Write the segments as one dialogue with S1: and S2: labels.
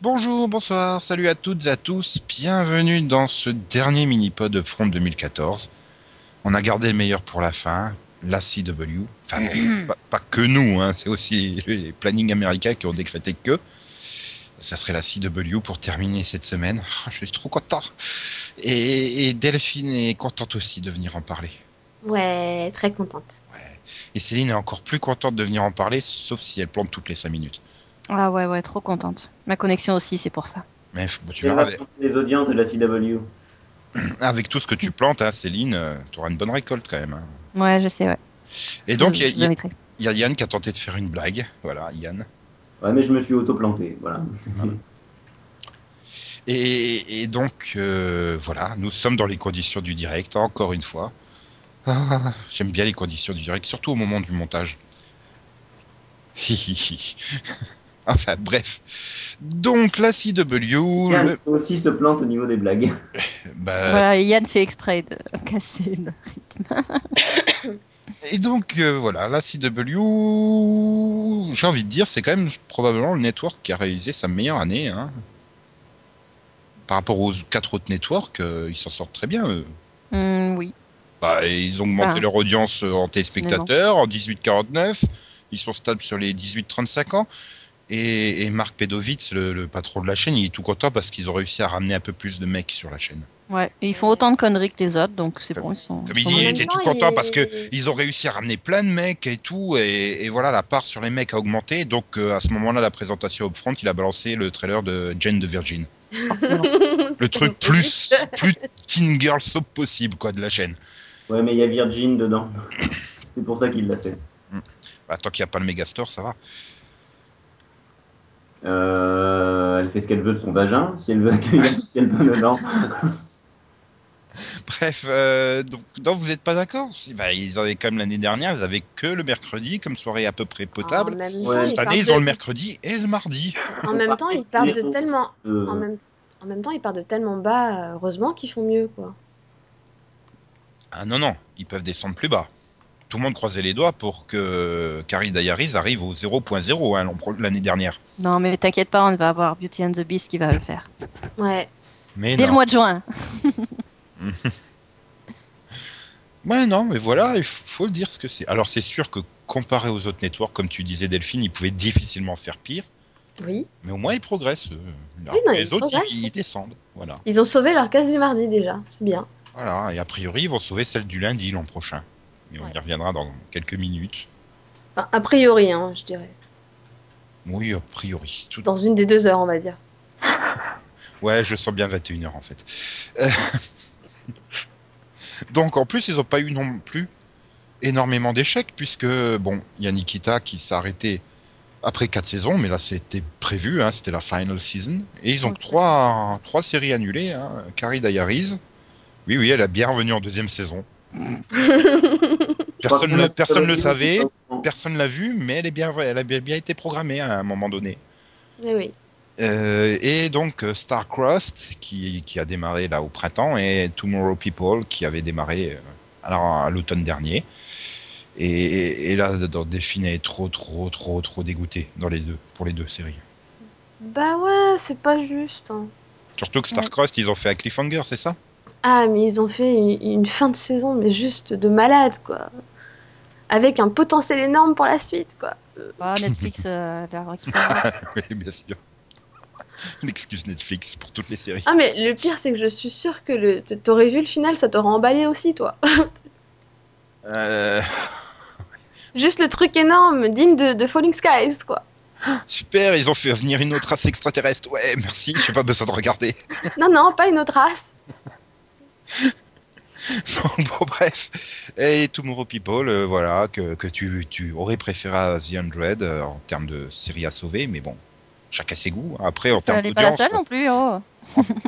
S1: Bonjour, bonsoir, salut à toutes et à tous, bienvenue dans ce dernier mini-pod Front 2014. On a gardé le meilleur pour la fin, la CW, enfin bon, pas, pas que nous, hein, c'est aussi les plannings américains qui ont décrété que ça serait la CW pour terminer cette semaine. Ah, Je suis trop content. Et, et Delphine est contente aussi de venir en parler.
S2: Ouais, très contente.
S1: Et Céline est encore plus contente de venir en parler, sauf si elle plante toutes les 5 minutes.
S3: Ah ouais, ouais, trop contente. Ma connexion aussi, c'est pour ça.
S1: Mais f- bon, tu
S4: C'est
S1: verras,
S4: la
S1: avec,
S4: source des audiences de la CW.
S1: avec tout ce que tu plantes, hein, Céline, tu auras une bonne récolte quand même. hein.
S3: Ouais, je sais, ouais.
S1: Et donc,
S3: Je-
S1: il y a-
S3: je
S1: il
S3: vous
S1: y, a-
S3: inviterai.
S1: il y a Yann qui a tenté de faire une blague. Voilà, Yann.
S4: Ouais, mais je me suis auto-planté, voilà.
S1: Et, et donc, euh, voilà, nous sommes dans les conditions du direct, encore une fois. Ah, J'aime bien les conditions du direct, surtout au moment du montage. Hi, hi, hi. enfin, bref. Donc, la CW,
S4: Tiens,
S1: le...
S4: aussi se plante au niveau des blagues.
S1: bah,
S3: Voilà, Yann fait exprès de casser le rythme.
S1: Et donc, euh, voilà, la CW, j'ai envie de dire, c'est quand même probablement le network qui a réalisé sa meilleure année. hein. Par rapport aux quatre autres networks, euh, ils s'en sortent très bien, eux.
S3: Hum, oui.
S1: Bah, et ils ont augmenté
S3: Ah.
S1: leur audience euh, en téléspectateurs en 18-49. Ils sont stables sur les 18-35 ans. Et, et Marc Pedovitz, le, le patron de la chaîne, il est tout content parce qu'ils ont réussi à ramener un peu plus de mecs sur la chaîne.
S3: Ouais. Et ils font autant de conneries que les autres, donc c'est bon, ils sont.
S1: Ah Comme
S3: ils
S1: il
S3: sont
S1: dit, il
S3: bons.
S2: même
S1: était
S2: temps,
S1: tout content
S2: il est-
S1: parce que ils ont réussi à ramener plein de mecs et tout, et, et voilà, la part sur les mecs a augmenté. Donc euh, à ce moment-là, la présentation Upfront, il a balancé le trailer de Jane de Virgin.
S3: Forcément.
S1: Le truc plus, plus teen girl soap possible, quoi, de la chaîne.
S4: Ouais, mais il y a Virgin dedans. C'est pour ça qu'il l'a fait.
S1: Bah, tant qu'il n'y a pas le Megastore, ça va.
S4: Euh, elle fait ce qu'elle veut de son vagin, si elle veut accueillir ce qu'elle veut dedans.
S1: Bref, euh, donc, non, vous n'êtes pas d'accord Si, bah, Ils avaient quand même l'année dernière, ils avaient que le mercredi comme soirée à peu près potable.
S2: En même temps,
S4: Ouais.
S2: ils
S1: Cette
S2: partent
S1: année, ils ont
S2: de-
S1: le mercredi et le mardi.
S2: En même temps, ils partent de tellement.
S4: Euh,
S2: En même... en même temps, ils partent de tellement bas. euh, Heureusement qu'ils font mieux, quoi.
S1: Ah non, non, ils peuvent descendre plus bas. Tout le monde croisait les doigts pour que Carrie Diaries arrive au 0.0 hein, l'an pro- l'année dernière.
S3: Non, mais t'inquiète pas, on va avoir Beauty and the Beast qui va le faire.
S2: Ouais.
S1: Mais
S3: Dès le
S1: non.
S3: mois de juin.
S1: Ouais, non, mais voilà, il f- faut le dire ce que c'est. Alors, c'est sûr que comparé aux autres networks, comme tu disais, Delphine, ils pouvaient difficilement faire pire,
S2: Oui.
S1: mais au moins ils progressent. euh, alors
S2: Oui, non,
S1: que les
S2: ils
S1: autres, ils-
S2: progressent.
S1: ils, descendent. Voilà.
S2: Ils ont sauvé leur case du mardi déjà. C'est bien.
S1: voilà. Et a priori, ils vont sauver celle du lundi l'an prochain. Et on y
S3: Ouais.
S1: reviendra dans quelques minutes.
S2: Enfin, a priori, hein, je dirais.
S1: Oui, a priori. Tout
S2: Dans une des deux heures, on va dire.
S1: Ouais, je sens bien 21h en fait. Euh, Donc en plus, ils n'ont pas eu non plus énormément d'échecs, puisque, bon, il y a Nikita qui s'est arrêté après 4 saisons, mais là c'était prévu, hein, c'était la final season. Et ils ont
S3: Ouais.
S1: que trois, trois séries annulées. Hein. Carrie Diaries, oui, oui, elle a bien revenu en deuxième saison.
S4: je crois
S1: personne
S4: que
S1: ne
S4: la
S1: personne le
S4: CW,
S1: savait,
S4: Non,
S1: personne l'a vu, mais elle, est bien, elle a bien bien été programmée hein, à un moment donné.
S2: Mais Eh oui.
S1: Euh, et donc euh, Starcrossed qui, qui a démarré là au printemps et Tomorrow People qui avait démarré euh, à la- à l'automne dernier. Et, et, et là, dans Delphine elle est trop, trop, trop, trop dégoûtée dans les deux, pour les deux séries.
S2: Bah ouais, c'est pas juste. hein.
S1: Surtout que Starcrossed, ils ont fait un cliffhanger, c'est ça
S2: Ah, mais ils ont fait une, une fin de saison, mais juste de malade, quoi. Avec un potentiel énorme pour la suite, quoi.
S3: Ah, Netflix, euh, la récupère.
S1: Oui, bien sûr. Une excuse Netflix pour toutes les séries.
S2: Ah, mais le pire, c'est que je suis sûre que le... t- t'aurais vu le final, ça t'aurait emballé aussi, toi.
S1: Euh,
S2: Juste le truc énorme, digne de, de Falling Skies, quoi.
S1: super, ils ont fait venir une autre race extraterrestre. Ouais, merci, j'ai pas besoin de regarder.
S2: Non, non, pas une autre race.
S1: Bon, bon, bref. Et Tomorrow People, euh, voilà, que, que tu, tu aurais préféré à The Hundred euh, en termes de série à sauver, mais bon, chacun ses goûts. Après, en
S3: Ça
S1: termes
S3: n'est pas la
S1: d'audience,
S3: seule non plus, oh.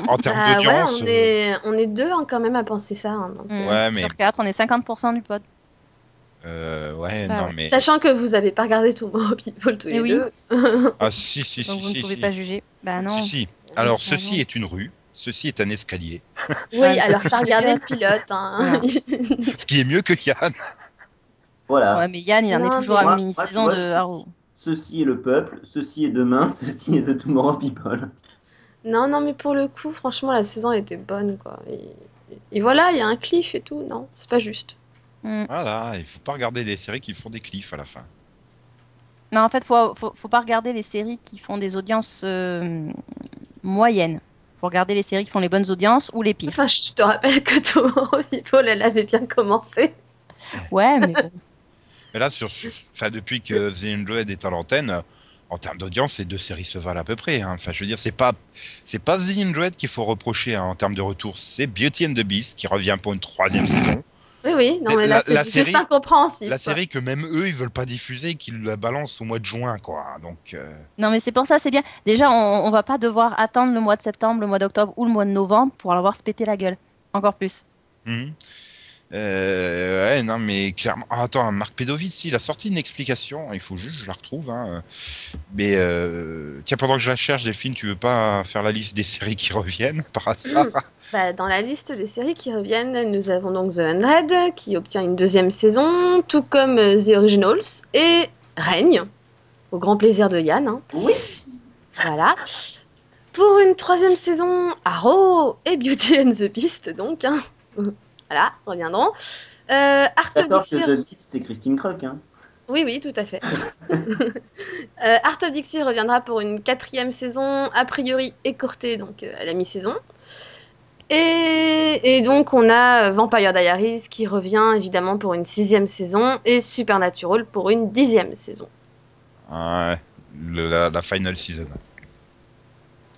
S1: en termes
S2: Ah ouais,
S1: d'audience, euh,
S2: on est, on est deux hein, quand même à penser ça. hein, donc.
S3: Hmm,
S1: Ouais, mais-
S3: Sur 4, on est 50% du pod.
S1: euh, ouais,
S3: Ah
S1: non
S3: ouais.
S1: mais
S2: Sachant que vous avez pas regardé tout People tous les
S3: Eh oui.
S2: deux.
S1: ah si si si
S3: Donc vous
S1: si
S3: ne pouvez
S1: si.
S3: pas juger. Bah non.
S1: Si, si. Alors
S3: Ah
S1: ceci
S3: non.
S1: est une rue, ceci est un escalier,
S2: Oui, alors t'as regardé le pilote. Hein.
S1: ce qui est mieux que Yann.
S4: Voilà.
S3: Ouais, mais Yann, il en
S2: Non,
S3: est toujours
S2: mais
S3: à une
S4: moi- moi, tu
S3: mini-saison
S4: vois,
S3: de
S4: c'est-
S3: Arrow.
S4: Ceci est le peuple, ceci est demain, ceci est The Tomorrow People.
S2: Non, non, mais pour le coup, franchement, la saison était bonne, quoi. Et, et voilà, il y a un cliff et tout. Non, c'est pas juste.
S3: Hmm.
S1: Voilà, il faut pas regarder des séries qui font des cliffs à la fin.
S3: Non, en fait, faut, faut, faut pas regarder les séries qui font des audiences euh, moyennes. Faut regarder les séries qui font les bonnes audiences ou les pires.
S2: Enfin, je te rappelle que Toro People, elle avait bien commencé.
S3: Ouais, mais bon.
S1: Mais là, sur, sur- enfin, depuis que The Android est à l'antenne, euh, en termes d'audience, ces deux séries se valent à peu près. hein. Enfin, je veux dire, c'est pas, c'est pas The Android qu'il faut reprocher hein, en termes de retour. C'est Beauty and the Beast qui revient pour une troisième saison.
S2: Oui, oui, non,
S1: C'est-
S2: mais
S1: la-
S2: là,
S1: la
S2: c'est juste
S1: série-
S2: incompréhensible.
S1: La
S2: quoi.
S1: série que même eux, ils veulent pas diffuser, qu'ils la balancent au mois de juin, quoi. Donc, euh,
S3: non, mais c'est pour ça, c'est bien. Déjà, on, on va pas devoir attendre le mois de septembre, le mois d'octobre ou le mois de novembre pour avoir se péter la gueule. Encore plus.
S1: hum. Euh, ouais, non, mais clairement. Ah, attends, Marc Pedovic, il a sorti une explication. Il faut juste, que je la retrouve. hein. Mais euh, tiens, pendant que je la cherche, Delphine, tu veux pas faire la liste des séries qui reviennent par hasard
S2: Bah, dans la liste des séries qui reviennent, nous avons donc The Hundred, qui obtient une deuxième saison, tout comme euh, The Originals, et Règne, au grand plaisir de Yann. hein.
S4: Oui.
S2: Voilà. Pour une troisième saison, Arrow et Beauty and the Beast, donc. hein. Voilà, reviendront. Euh, Art of
S4: 14
S2: Dixie-
S4: chez The Beast, c'est Christine Croc. Hein.
S2: Oui, oui, tout à fait. Euh, Art of Dixie reviendra pour une quatrième saison, a priori écourtée, donc euh, à la mi-saison. Et, et donc on a euh, Vampire Diaries qui revient évidemment pour une sixième saison et Supernatural pour une dixième saison.
S1: Ouais, le- la, la final season.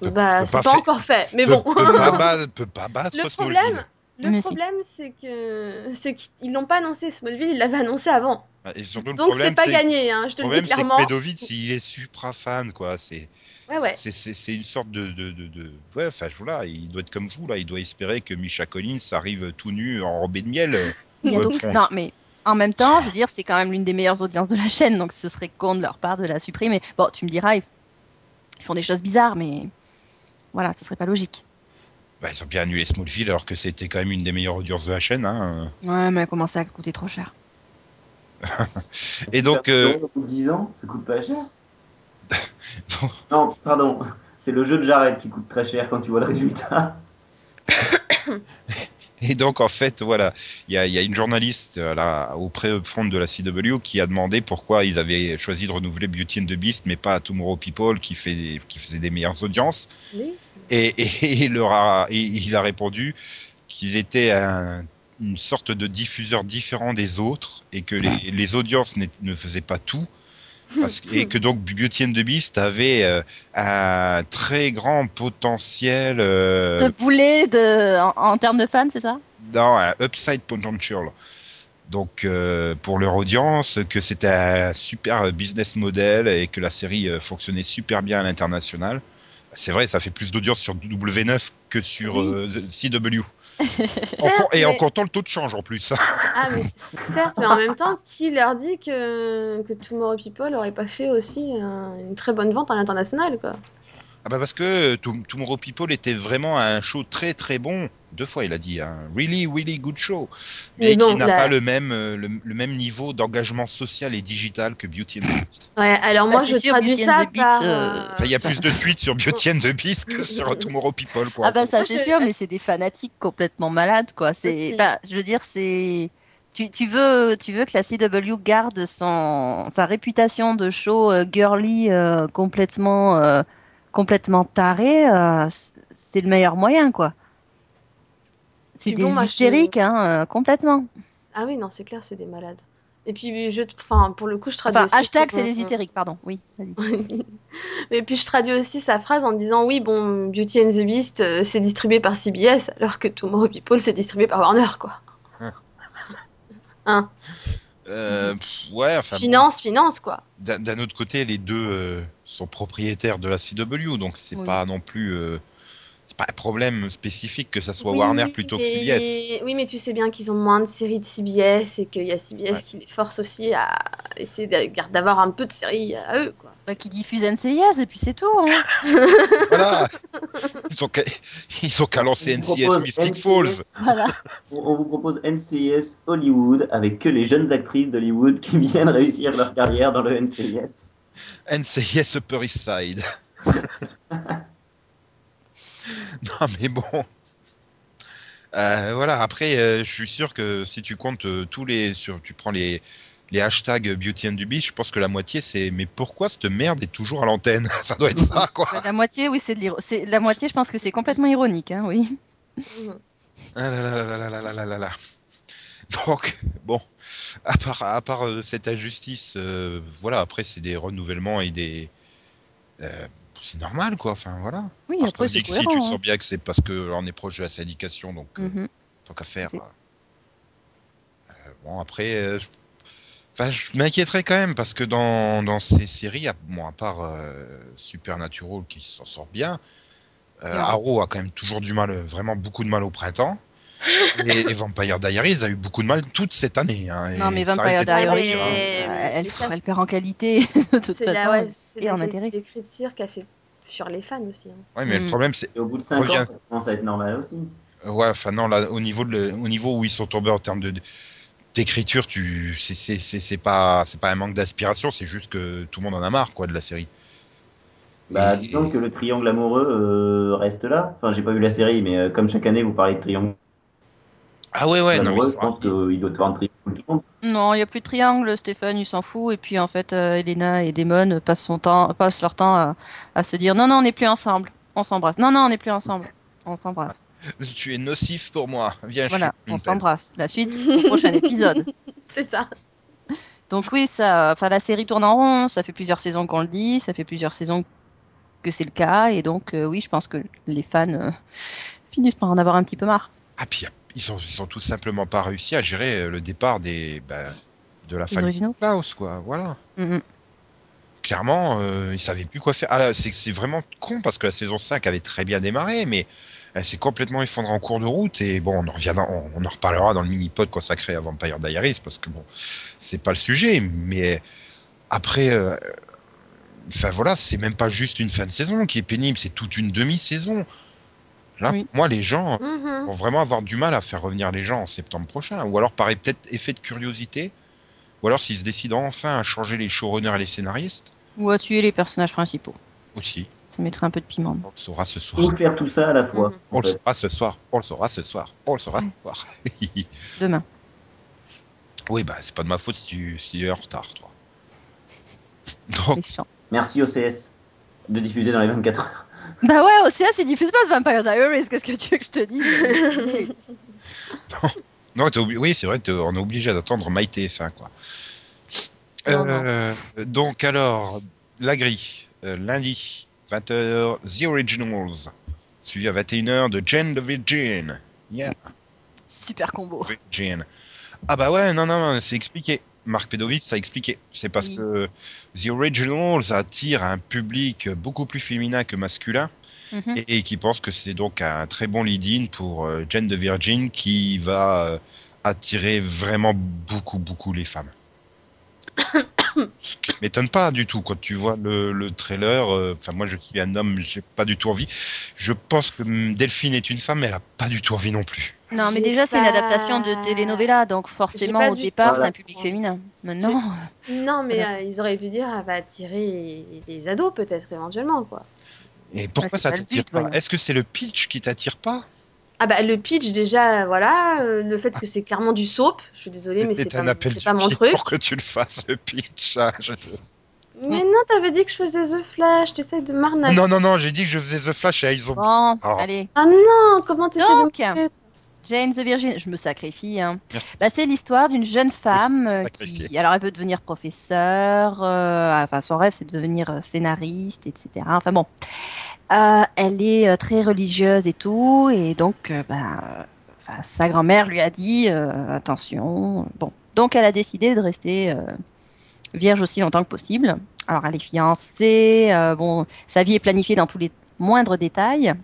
S1: Peut-
S2: bah,
S1: peut
S2: c'est
S1: pas
S2: pas,
S1: faire-
S2: encore fait, mais
S1: peut,
S2: bon.
S1: peut pas battre, peut pas battre
S2: Le
S1: Smallville.
S2: problème- Le
S3: Mais si.
S2: problème, c'est que c'est qu'ils l'ont pas annoncé Smallville, ils l'avaient annoncé avant.
S1: Et surtout, le
S2: Donc c'est
S1: problème,
S2: pas
S1: c'est-
S2: gagné, hein, je te
S1: Le
S2: le
S1: problème,
S2: dis
S1: c'est
S2: clairement.
S1: que Pedovic, il est supra fan, quoi. C'est
S2: Ouais, ouais.
S1: c'est- c'est- c'est une sorte de. de, de, de- Ouais, enfin, voilà, il doit être comme vous, là. Il doit espérer que Misha Collins arrive tout nu, enrobé de miel. euh,
S3: Il y a
S1: au
S3: donc-
S1: front.
S3: Non, mais en même temps, je veux dire, c'est quand même l'une des meilleures audiences de la chaîne, donc ce serait con de leur part de la supprimer. Bon, tu me diras, ils, ils font des choses bizarres, mais voilà, ce serait pas logique.
S1: Bah, ils ont bien annulé Smallville, alors que c'était quand même une des meilleures audiences de la chaîne. Hein.
S3: Ouais, mais comment ça a coûté trop cher
S1: Et donc, euh,
S4: Au bout de 10 ans, ça coûte pas cher.
S1: Bon.
S4: Non, pardon. C'est le jeu de Jared qui coûte très cher quand tu vois le résultat.
S1: Et donc, en fait, voilà, il y a, il y a une journaliste euh, là, au pré-front de la CW qui a demandé pourquoi ils avaient choisi de renouveler Beauty and the Beast, mais pas Tomorrow People, qui, fait, qui faisait des meilleures audiences.
S2: Oui.
S1: Et, et il, leur a, et il a répondu qu'ils étaient un- une sorte de diffuseur différent des autres et que les, les audiences n'étaient- ne faisaient pas tout. Parce que- et que donc Beauty and the Beast avait euh, un très grand potentiel euh,
S3: De boulet de... en, en termes de fans, c'est ça
S1: dans un upside potential. Donc euh, pour leur audience, que c'était un super business model et que la série euh, fonctionnait super bien à l'international. C'est vrai, ça fait plus d'audience sur W9 que sur
S3: Oui.
S1: euh, the- CW. En
S2: Certes,
S1: com- et en
S2: mais-
S1: comptant le taux de change en plus.
S2: Ah, mais certes, mais en même temps, qui leur dit que, que Tomorrow People aurait pas fait aussi un- une très bonne vente à l'international, quoi
S1: Ah bah parce que euh, Tom- Tomorrow People était vraiment un show très très bon. Deux fois il a dit un really really good show, mais,
S2: Mais
S1: qui
S2: non,
S1: n'a
S2: la-
S1: pas le même euh, le, le même niveau d'engagement social et digital que Beauty and the Beast.
S2: Ouais, alors
S3: Bah,
S2: moi,
S3: c'est
S2: je
S3: sûr,
S2: traduis
S3: Beauty and
S2: ça
S3: the Beast,
S2: par...
S3: euh,
S1: Enfin, Il y a plus de tweets sur Beauty and the Beast que sur Tomorrow People quoi.
S3: Ah bah ça
S2: Moi,
S3: c'est
S2: je-
S3: sûr, mais c'est des fanatiques complètement malades quoi. C'est,
S2: Aussi.
S3: enfin, je veux dire, c'est tu, tu veux tu veux que la CW garde son sa réputation de show euh, girly euh, complètement euh, complètement taré, euh, c- c'est le meilleur moyen quoi. C'est
S2: Puis
S3: des
S2: bon, moi, je-
S3: hystériques hein, euh, complètement.
S2: Ah oui, non, c'est clair, c'est des malades. Et puis, je... enfin, pour le coup, je traduis
S3: Enfin
S2: aussi
S3: hashtag
S2: son-
S3: c'est des hystériques, pardon. Oui. Vas-y.
S2: Et puis, je traduis aussi sa phrase en disant, oui, bon, Beauty and the Beast, euh, c'est distribué par CBS, alors que Tomorrow People, c'est distribué par Warner, quoi.
S1: Euh, pff, ouais, enfin,
S2: finance, finance, quoi.
S1: d'un d'un autre côté, les deux euh, sont propriétaires de la CW, donc c'est
S3: Oui.
S1: pas non plus euh, c'est pas un problème spécifique que ça soit
S2: Oui,
S1: Warner plutôt que
S2: mais-
S1: CBS.
S2: Oui, mais tu sais bien qu'ils ont moins de séries de CBS et qu'il y a CBS
S1: Ouais.
S2: qui les force aussi à essayer d'a- d'avoir un peu de séries à eux. Quoi.
S3: Bah, qui diffuse NCIS et puis c'est tout. hein.
S1: Voilà. Ils ont qu'à ils ont qu'à lancer
S4: On vous
S1: NCS
S4: propose
S1: Mystic
S4: NCIS.
S1: Falls.
S3: Voilà.
S4: On on vous propose NCIS Hollywood avec que les jeunes actrices d'Hollywood qui viennent réussir leur carrière dans le NCIS.
S1: NCIS Upper East Side. Non, mais bon. Euh, voilà, après, euh, je suis sûr que si tu comptes euh, tous les. Sur, tu prends les, les hashtags Beauty and the Beast, je pense que la moitié c'est Mais pourquoi cette merde est toujours à l'antenne Ça doit être ça, quoi.
S3: La moitié, oui, c'est de l'iro- c'est- La moitié, je pense que c'est complètement ironique, hein, oui.
S2: Mmh.
S1: Ah là là là là là là là là là. Donc, bon, à part, à part euh, cette injustice, euh, voilà, après, c'est des renouvellements et des. euh, c'est normal, quoi, enfin, voilà.
S3: Oui,
S1: Parce
S3: après,
S1: qu'on
S3: c'est
S1: dit que si
S3: cohérent.
S1: tu
S3: hein.
S1: sens bien que c'est parce que on est proche de la syndication, donc euh,
S3: Mhm.
S1: tant qu'à faire.
S3: Ok.
S1: euh, euh, bon, après, euh, je- enfin, je m'inquiéterais quand même parce que dans, dans ces séries, à, bon, à part euh, Supernatural qui s'en sort bien, euh,
S3: Ouais.
S1: Arrow a quand même toujours du mal, euh, vraiment beaucoup de mal au printemps. et, et Vampire Diaries a eu beaucoup de mal toute cette année. hein,
S3: Non,
S1: et
S3: mais
S1: ça
S3: Vampire
S1: risque d'être
S2: Ouais,
S3: Diaries,
S1: pire, hein.
S2: mais-
S3: euh, elle,
S2: mais ça,
S3: elle perd en qualité, de toute
S2: C'est la,
S3: façon.
S2: ouais, c'est
S3: et
S2: la
S3: en
S2: cri-
S3: intérêt.
S2: des critiques qu'a fait sur les fans aussi. hein.
S1: Ouais, mais le
S3: Mm.
S1: problème, c'est.
S4: Et au bout de 5
S1: Reviens.
S4: ans, ça commence à être normal aussi.
S1: Euh, Ouais, enfin non, là, au niveau, de, le- au niveau où ils sont tombés en termes de de- d'écriture, tu, c'est- c'est c'est- c'est pas, c'est pas un manque d'aspiration, c'est juste que tout le monde en a marre, quoi, de la série.
S4: Bah,
S1: Et-
S4: disons que le triangle amoureux euh, reste là. Enfin, j'ai pas vu la série, mais euh, comme chaque année, vous parlez de triangle
S1: Ah ouais, ouais, non,
S4: amoureux,
S1: mais
S4: je pense
S1: c'est-
S4: qu'il doit y avoir un triangle tout le monde.
S3: Non, il n'y a plus de triangle, Stéphane, il s'en fout. Et puis en fait, euh, Elena et Damon passent, son temps, passent leur temps à, à se dire non, non, on n'est plus ensemble, on s'embrasse. Non, non, on n'est plus ensemble, on s'embrasse.
S1: tu es nocif pour moi. Viens,
S3: Voilà,
S1: Ah, je suis
S3: on s'embrasse. La suite, au prochain épisode.
S2: C'est ça.
S3: Donc oui, ça, enfin la série tourne en rond, ça fait plusieurs saisons qu'on le dit, ça fait plusieurs saisons que c'est le cas. Et donc euh, oui, je pense que les fans euh, finissent par en avoir un petit peu marre.
S1: Ah, puis ils ont, ils ont tout simplement pas réussi à gérer euh, le départ des, bah, de la
S3: Les
S1: famille
S3: originaux.
S1: Klaus, quoi. Voilà.
S3: Mm, mm.
S1: clairement, euh, ils savaient plus quoi faire. Ah, là, c'est c'est vraiment con parce que la saison 5 avait très bien démarré, mais elle s'est complètement effondrée en cours de route. Et bon, on en, reviendra, on, on en reparlera dans le mini-pod consacré à Vampire Diaries parce que bon, c'est pas le sujet. Mais euh, après, euh, enfin voilà, c'est même pas juste une fin de saison qui est pénible, c'est toute une demi-saison. Là,
S3: Oui.
S1: pour moi, les gens
S2: Mhm.
S1: vont vraiment avoir du mal à faire revenir les gens en septembre prochain. Ou alors, pareil, peut-être effet de curiosité. Ou alors, s'ils se décident enfin à changer les showrunners et les scénaristes
S3: Ou à tuer les personnages principaux.
S1: aussi.
S3: Ça mettrait un peu de piment.
S1: On le saura ce soir.
S4: Faut faire tout ça à la fois.
S2: Mhm.
S1: On
S4: en
S1: le
S4: fait.
S1: saura ce soir. On le saura ce soir. On le saura ce soir.
S3: Demain.
S1: oui, bah, c'est pas de ma faute si tu si tu es en retard, toi. Donc,
S3: Méchant.
S4: Merci OCS de diffuser dans les 24 heures.
S3: Bah ouais, OCS, il diffuse pas ce Vampire Diaries, qu'est-ce que tu veux que je te dise
S1: non, t'es obli- oui, c'est vrai, t'es- on est obligé d'attendre Maïté F1, quoi.
S3: Non,
S1: Euh, donc, alors, la grille, euh, lundi, 20h, The Originals, suivi à 21h de Jane the Virgin. Yeah.
S3: Super combo.
S1: Virgin. Ah bah ouais, non, non, non, c'est expliqué. Marc Pedovitz a expliqué. C'est parce
S3: Oui.
S1: que The Originals attire un public beaucoup plus féminin que masculin
S3: Mhm.
S1: et, et qui pense que c'est donc un très bon lead-in pour euh, Jane de Virgin qui va euh, attirer vraiment beaucoup, beaucoup les femmes. Ce qui m'étonne pas du tout quand tu vois le, le trailer. euh, Enfin, moi, je suis un homme, j'ai pas du tout envie. Je pense que hum, Delphine est une femme, mais elle a pas du tout envie non plus.
S3: Non, mais
S2: J'ai
S3: déjà, c'est une
S2: pas-
S3: adaptation de telenovela, donc forcément,
S2: pas
S3: au
S2: du
S3: départ,
S4: tout-
S3: c'est un public féminin. Maintenant,
S2: Non, mais
S3: Voilà.
S2: euh, ils auraient pu dire, ah, va attirer des ados peut-être éventuellement, quoi.
S1: Et
S3: Ah,
S1: pourquoi
S3: c'est
S1: ça
S3: pas le
S1: t'attire
S3: but,
S1: pas
S3: voyons.
S1: Est-ce que c'est le pitch qui t'attire pas
S2: Ah bah le pitch déjà, voilà, euh, le fait que c'est clairement du soap, je suis désolée, mais c'est
S1: C'était un
S2: pas,
S1: appel
S2: c'est
S1: du
S2: pas mon
S1: pied
S2: truc.
S1: pour que tu le fasses, le pitch. hein, je-
S2: Mais non, t'avais dit que je faisais The Flash, t'essayes de m'arnaquer.
S1: Non, non, non, j'ai dit que je faisais The Flash et ils ont...
S3: bon,
S1: Alors.
S3: allez.
S2: Ah non, comment t'essayes de
S3: Donc,
S2: m'arnaquer
S3: Jane the Virgin, je me sacrifie. Hein.
S1: Merci.
S3: Bah, c'est l'histoire d'une jeune femme
S1: Oui, c'est
S3: euh,
S1: sacrifié.
S3: qui, alors, elle veut devenir professeure. euh, enfin, son rêve, c'est de devenir euh, scénariste, etc. Enfin bon, Euh, elle est euh, très religieuse et tout, et donc, euh, bah, euh, enfin, sa grand-mère lui a dit euh, attention. Bon, donc elle a décidé de rester euh, vierge aussi longtemps que possible. Alors, elle est fiancée. euh, bon, sa vie est planifiée dans tous les moindres détails.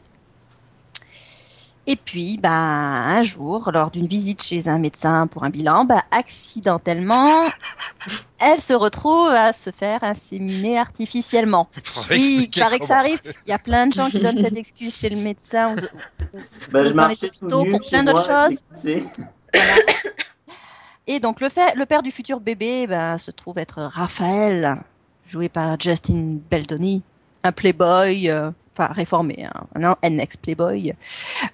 S3: Et puis, bah, un jour, lors d'une visite chez un médecin pour un bilan, bah, accidentellement, elle se retrouve à se faire inséminer artificiellement.
S1: Faudrait
S3: Oui, il
S1: expliquer
S3: paraît que ça
S1: comment.
S3: arrive. Il y a plein de gens qui donnent cette excuse chez le médecin.
S4: Bah, je
S3: Dans
S4: marchais
S3: les
S4: tout
S3: hôpitaux,
S4: nu
S3: pour
S4: chez
S3: plein d'autres
S4: moi,
S3: choses.
S4: j'ai glissé.
S3: Et donc, le, fait, le père du futur bébé bah, se trouve être Raphaël, joué par Justin Beldoni, un playboy. euh, enfin réformé, hein, un un ex-playboy,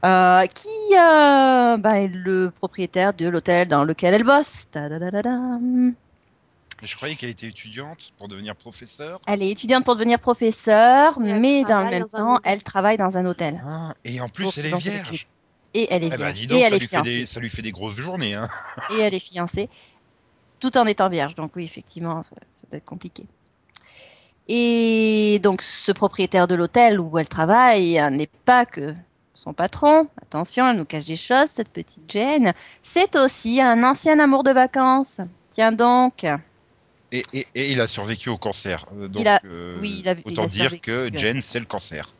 S3: euh, qui euh, bah, est le propriétaire de l'hôtel dans lequel elle bosse. Ta-da-da-da-dam.
S1: Je croyais qu'elle était étudiante pour devenir professeur.
S3: Elle est étudiante pour devenir professeure,
S2: Et elle
S3: mais dans
S2: travaille
S3: le même
S2: dans un
S3: temps,
S2: hôtel.
S3: elle travaille dans un hôtel.
S1: Ah, et en plus,
S3: Pour
S1: elle
S3: ce
S1: est
S3: genre de
S1: vierge.
S3: truc. Et elle est
S1: Eh ben,
S3: vierge.
S1: dis donc,
S3: et
S1: ça,
S3: elle est
S1: lui fait
S3: fiancée.
S1: des, ça lui fait des grosses journées. Hein.
S3: Et elle est fiancée. Tout en étant vierge. Donc oui, effectivement, ça, ça doit être compliqué. Et donc, ce propriétaire de l'hôtel où elle travaille euh, n'est pas que son patron. Attention, elle nous cache des choses, cette petite Jane. C'est aussi un ancien amour de vacances. Tiens donc.
S1: Et, et- et il a survécu au cancer. Euh, Donc,
S3: Il a-
S1: euh,
S3: oui, il a- il
S1: autant
S3: a
S1: dire que
S3: survécu.
S1: Jen, c'est le cancer.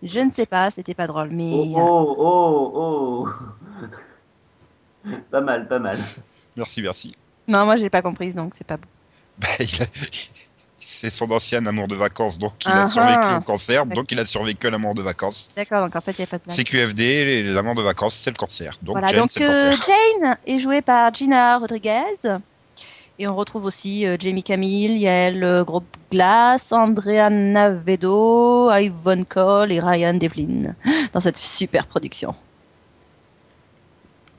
S3: Je ne sais pas, c'était pas drôle, mais... euh,
S4: Oh, oh, oh, oh. Pas mal, pas mal.
S1: Merci, merci.
S3: Non, moi, j'ai pas comprise, donc c'est pas bon.
S1: Bah, il a- C'est son ancien amour de vacances, donc il a
S3: Ah,
S1: survécu
S3: ah.
S1: au cancer, donc il a survécu à l'amour de vacances.
S3: D'accord, donc en fait, il n'y a pas de blague.
S1: CQFD, les- l'amour de vacances, c'est le cancer. Donc
S3: voilà,
S1: Jen,
S3: donc
S1: c'est le
S3: euh,
S1: cancer.
S3: Jane est jouée par Gina Rodriguez. Et on retrouve aussi euh, Jamie Camille, Yael euh, Glass, Andrea Navedo, Yvonne Cole et Ryan Devlin dans cette super production.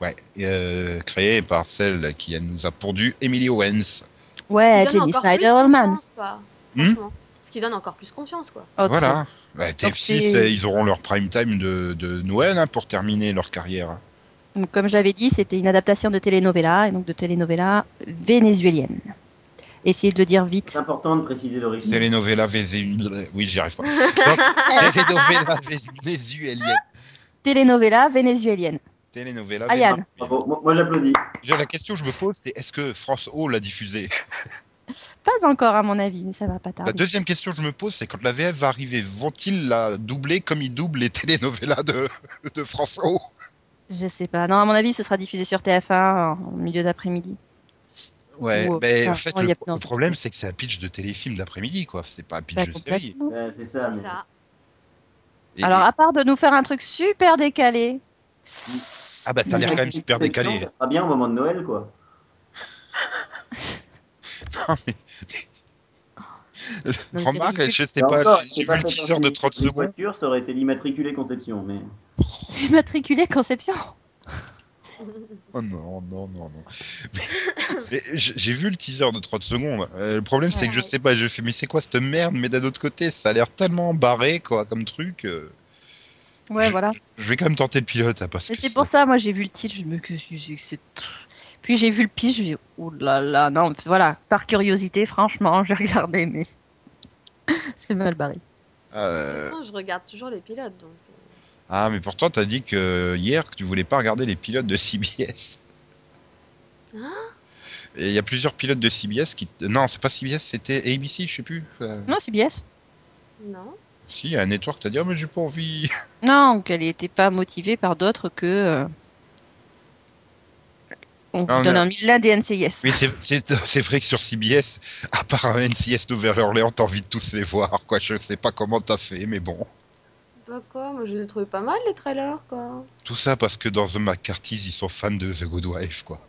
S1: Ouais, euh, créé par celle qui nous a pourdu, Emily Owens.
S3: Ouais,
S2: Ce qui donne
S3: Jenny
S2: encore plus
S3: Snyder-Holman.
S2: confiance, quoi.
S1: Hmm
S2: Franchement. Ce qui donne encore plus confiance, quoi.
S3: Autre-
S1: Voilà. Bah,
S3: Donc,
S1: TF6,
S3: c'est-
S1: euh, ils auront leur prime time de, de Noël hein, pour terminer leur carrière. hein.
S3: Donc, comme je l'avais dit, c'était une adaptation de telenovela, et donc de telenovela vénézuélienne. Essayez de le dire
S4: C'est
S3: vite.
S4: important de préciser l'origine.
S1: Telenovela vénézuélienne. Oui, j'y arrive pas. Donc, Telenovela vénézuélienne.
S3: Telenovela vénézuélienne.
S1: Telenovela
S3: Ayane.
S1: vénézuélienne.
S4: Bravo, moi, moi, j'applaudis.
S1: Déjà, La question que je me pose, c'est est-ce que France O l'a diffusée
S3: Pas encore, à mon avis, mais ça va pas tarder.
S1: La deuxième question que je me pose, c'est quand la VF va arriver, vont-ils la doubler comme ils doublent les telenovelas de, de France O
S3: Je sais pas. Non, à mon avis, ce sera diffusé sur TF1 en milieu d'après-midi.
S1: Ouais,
S3: Wow,
S1: mais
S3: ça,
S1: en fait,
S3: il y
S1: le,
S3: a plein
S1: le
S3: de-
S1: problème, c'est que c'est un pitch de téléfilm d'après-midi, quoi. C'est pas un pitch
S3: Bah,
S1: de série.
S3: complètement.
S4: Ouais, c'est ça.
S2: C'est
S4: Ah, mais-
S2: ça.
S1: Et-
S3: Alors, à part de nous faire un truc super décalé.
S1: ah bah, t'as l'air quand même super décalé.
S4: Ça sera bien au moment de Noël, quoi.
S1: Non, mais-
S3: mais c'est
S1: Remarque,
S3: ridicule.
S1: je sais
S4: Et encore,
S1: pas,
S4: c'est
S1: j'ai vu le
S4: fait
S1: teaser
S4: sortir
S1: de
S4: une-
S1: 30
S4: une
S1: secondes.
S4: voiture, ça aurait été l'immatriculé conception, mais
S3: Immatriculé Conception.
S1: Oh non, non, non, non. Mais- c'est- j- J'ai vu le teaser de 30 secondes. Euh, le problème, c'est que je
S2: Ouais.
S1: sais pas, je fais, mais c'est quoi cette merde Mais d'un autre côté, ça a l'air tellement barré, quoi, comme truc. euh,
S3: Ouais, voilà.
S1: Je vais quand même tenter le pilote, hein, parce
S3: Mais
S1: que
S3: c'est pour ça, moi, j'ai vu le titre, je me que c'est que c'est- Puis j'ai vu le pitch, j'ai dit, ouh oh là là, non, voilà, par curiosité, franchement, j'ai regardé, mais c'est mal barré.
S2: De toute
S1: Euh,
S2: façon, je regarde toujours les pilotes, donc. euh,
S1: Ah, mais pourtant, t'as dit que hier que tu voulais pas regarder les pilotes de CBS.
S2: Hein
S1: Et il y a plusieurs pilotes de CBS qui. Non, c'est pas CBS, c'était ABC, je sais plus. Euh,
S3: Non, c'est biais.
S2: euh, Non.
S1: Si, il y a un network qui t'a dit, oh, mais j'ai pas envie.
S3: Non, qu'elle n'était pas motivée par d'autres que. euh, On
S1: Non,
S3: vous donne
S1: mais-
S3: un mille des NCIS.
S1: Mais c'est- c'est c'est vrai que sur CBS, à part un NCS Nouvelle-Orléans, t'as envie de tous les voir, quoi. Je sais pas comment t'as fait, mais bon.
S2: Bah quoi, moi je les ai trouvés pas mal les trailers, quoi.
S1: Tout ça parce que dans The McCarthy's, ils sont fans de The Good Wife, quoi.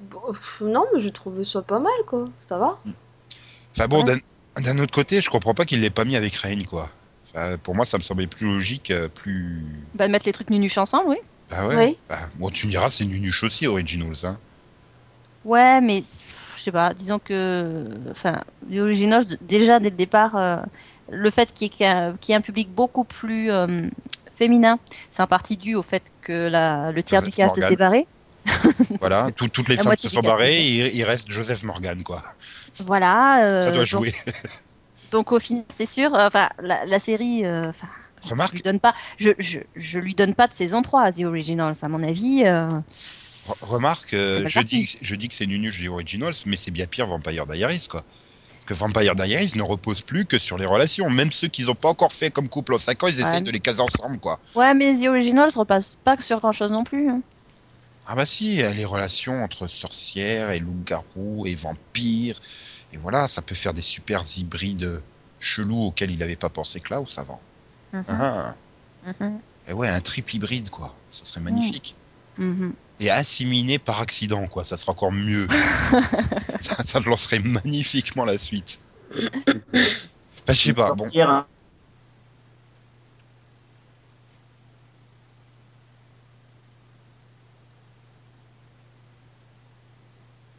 S2: Bon, pff, non, mais j'ai trouvé ça pas mal, quoi. Ça va
S1: Enfin bon,
S3: Ouais.
S1: d'un- d'un autre côté, je comprends pas qu'il l'ait pas mis avec Rain, quoi. Enfin, pour moi, ça me semblait plus logique, euh, plus.
S3: Bah, mettre les trucs nunuches ensemble, oui.
S1: Bah ouais.
S2: Oui.
S1: Bah, bon, tu me diras, c'est Nunuche aussi, Originals, hein.
S3: Ouais, mais pff, je sais pas, disons que. Enfin, les originaux, d- déjà dès le départ, euh, le fait qu'il y, ait qu'un- qu'il y ait un public beaucoup plus euh, féminin, c'est en partie dû au fait que la, le tiers du
S1: Joseph
S3: cast
S1: Morgan.
S3: s'est barré.
S1: Voilà, tout- toutes les
S3: La
S1: femmes
S3: moitié
S1: se
S3: du
S1: sont
S3: cast,
S1: barrées,
S3: en fait.
S1: il, il reste Joseph Morgan, quoi.
S3: Voilà. euh,
S1: ça doit
S3: donc-
S1: jouer.
S3: Donc, au final, c'est sûr, euh, enfin, la, la série. euh, enfin, je
S1: Remarque,
S3: lui donne pas, je, je, je lui donne pas de saison 3 à The Originals, à mon avis. euh,
S1: Re- Remarque, euh,
S3: C'est mal
S1: je,
S3: parti.
S1: dis, que- je dis que c'est Nunu, je dis Originals, mais c'est bien pire Vampire Diaries, quoi. Parce que Vampire Diaries ne repose plus que sur les relations. Même ceux qu'ils n'ont pas encore fait comme couple en 5 ans, ils
S3: Ouais.
S1: essayent de les caser ensemble, quoi.
S3: Ouais, mais The Originals repasse pas sur grand chose non plus. hein.
S1: Ah bah si, euh, les relations entre sorcières et loups-garous et vampires. Et voilà, ça peut faire des super hybrides chelous auxquels il n'avait pas pensé Klaus avant.
S3: Mhm.
S1: Ah,
S3: Mhm.
S1: et ouais, un trip hybride, quoi. Ça serait magnifique.
S3: Mhm.
S1: et assimilé par accident, quoi. Ça sera encore mieux. ça, ça lancerait magnifiquement la suite. Bah, je sais pas, bon.
S4: Sorcière, hein.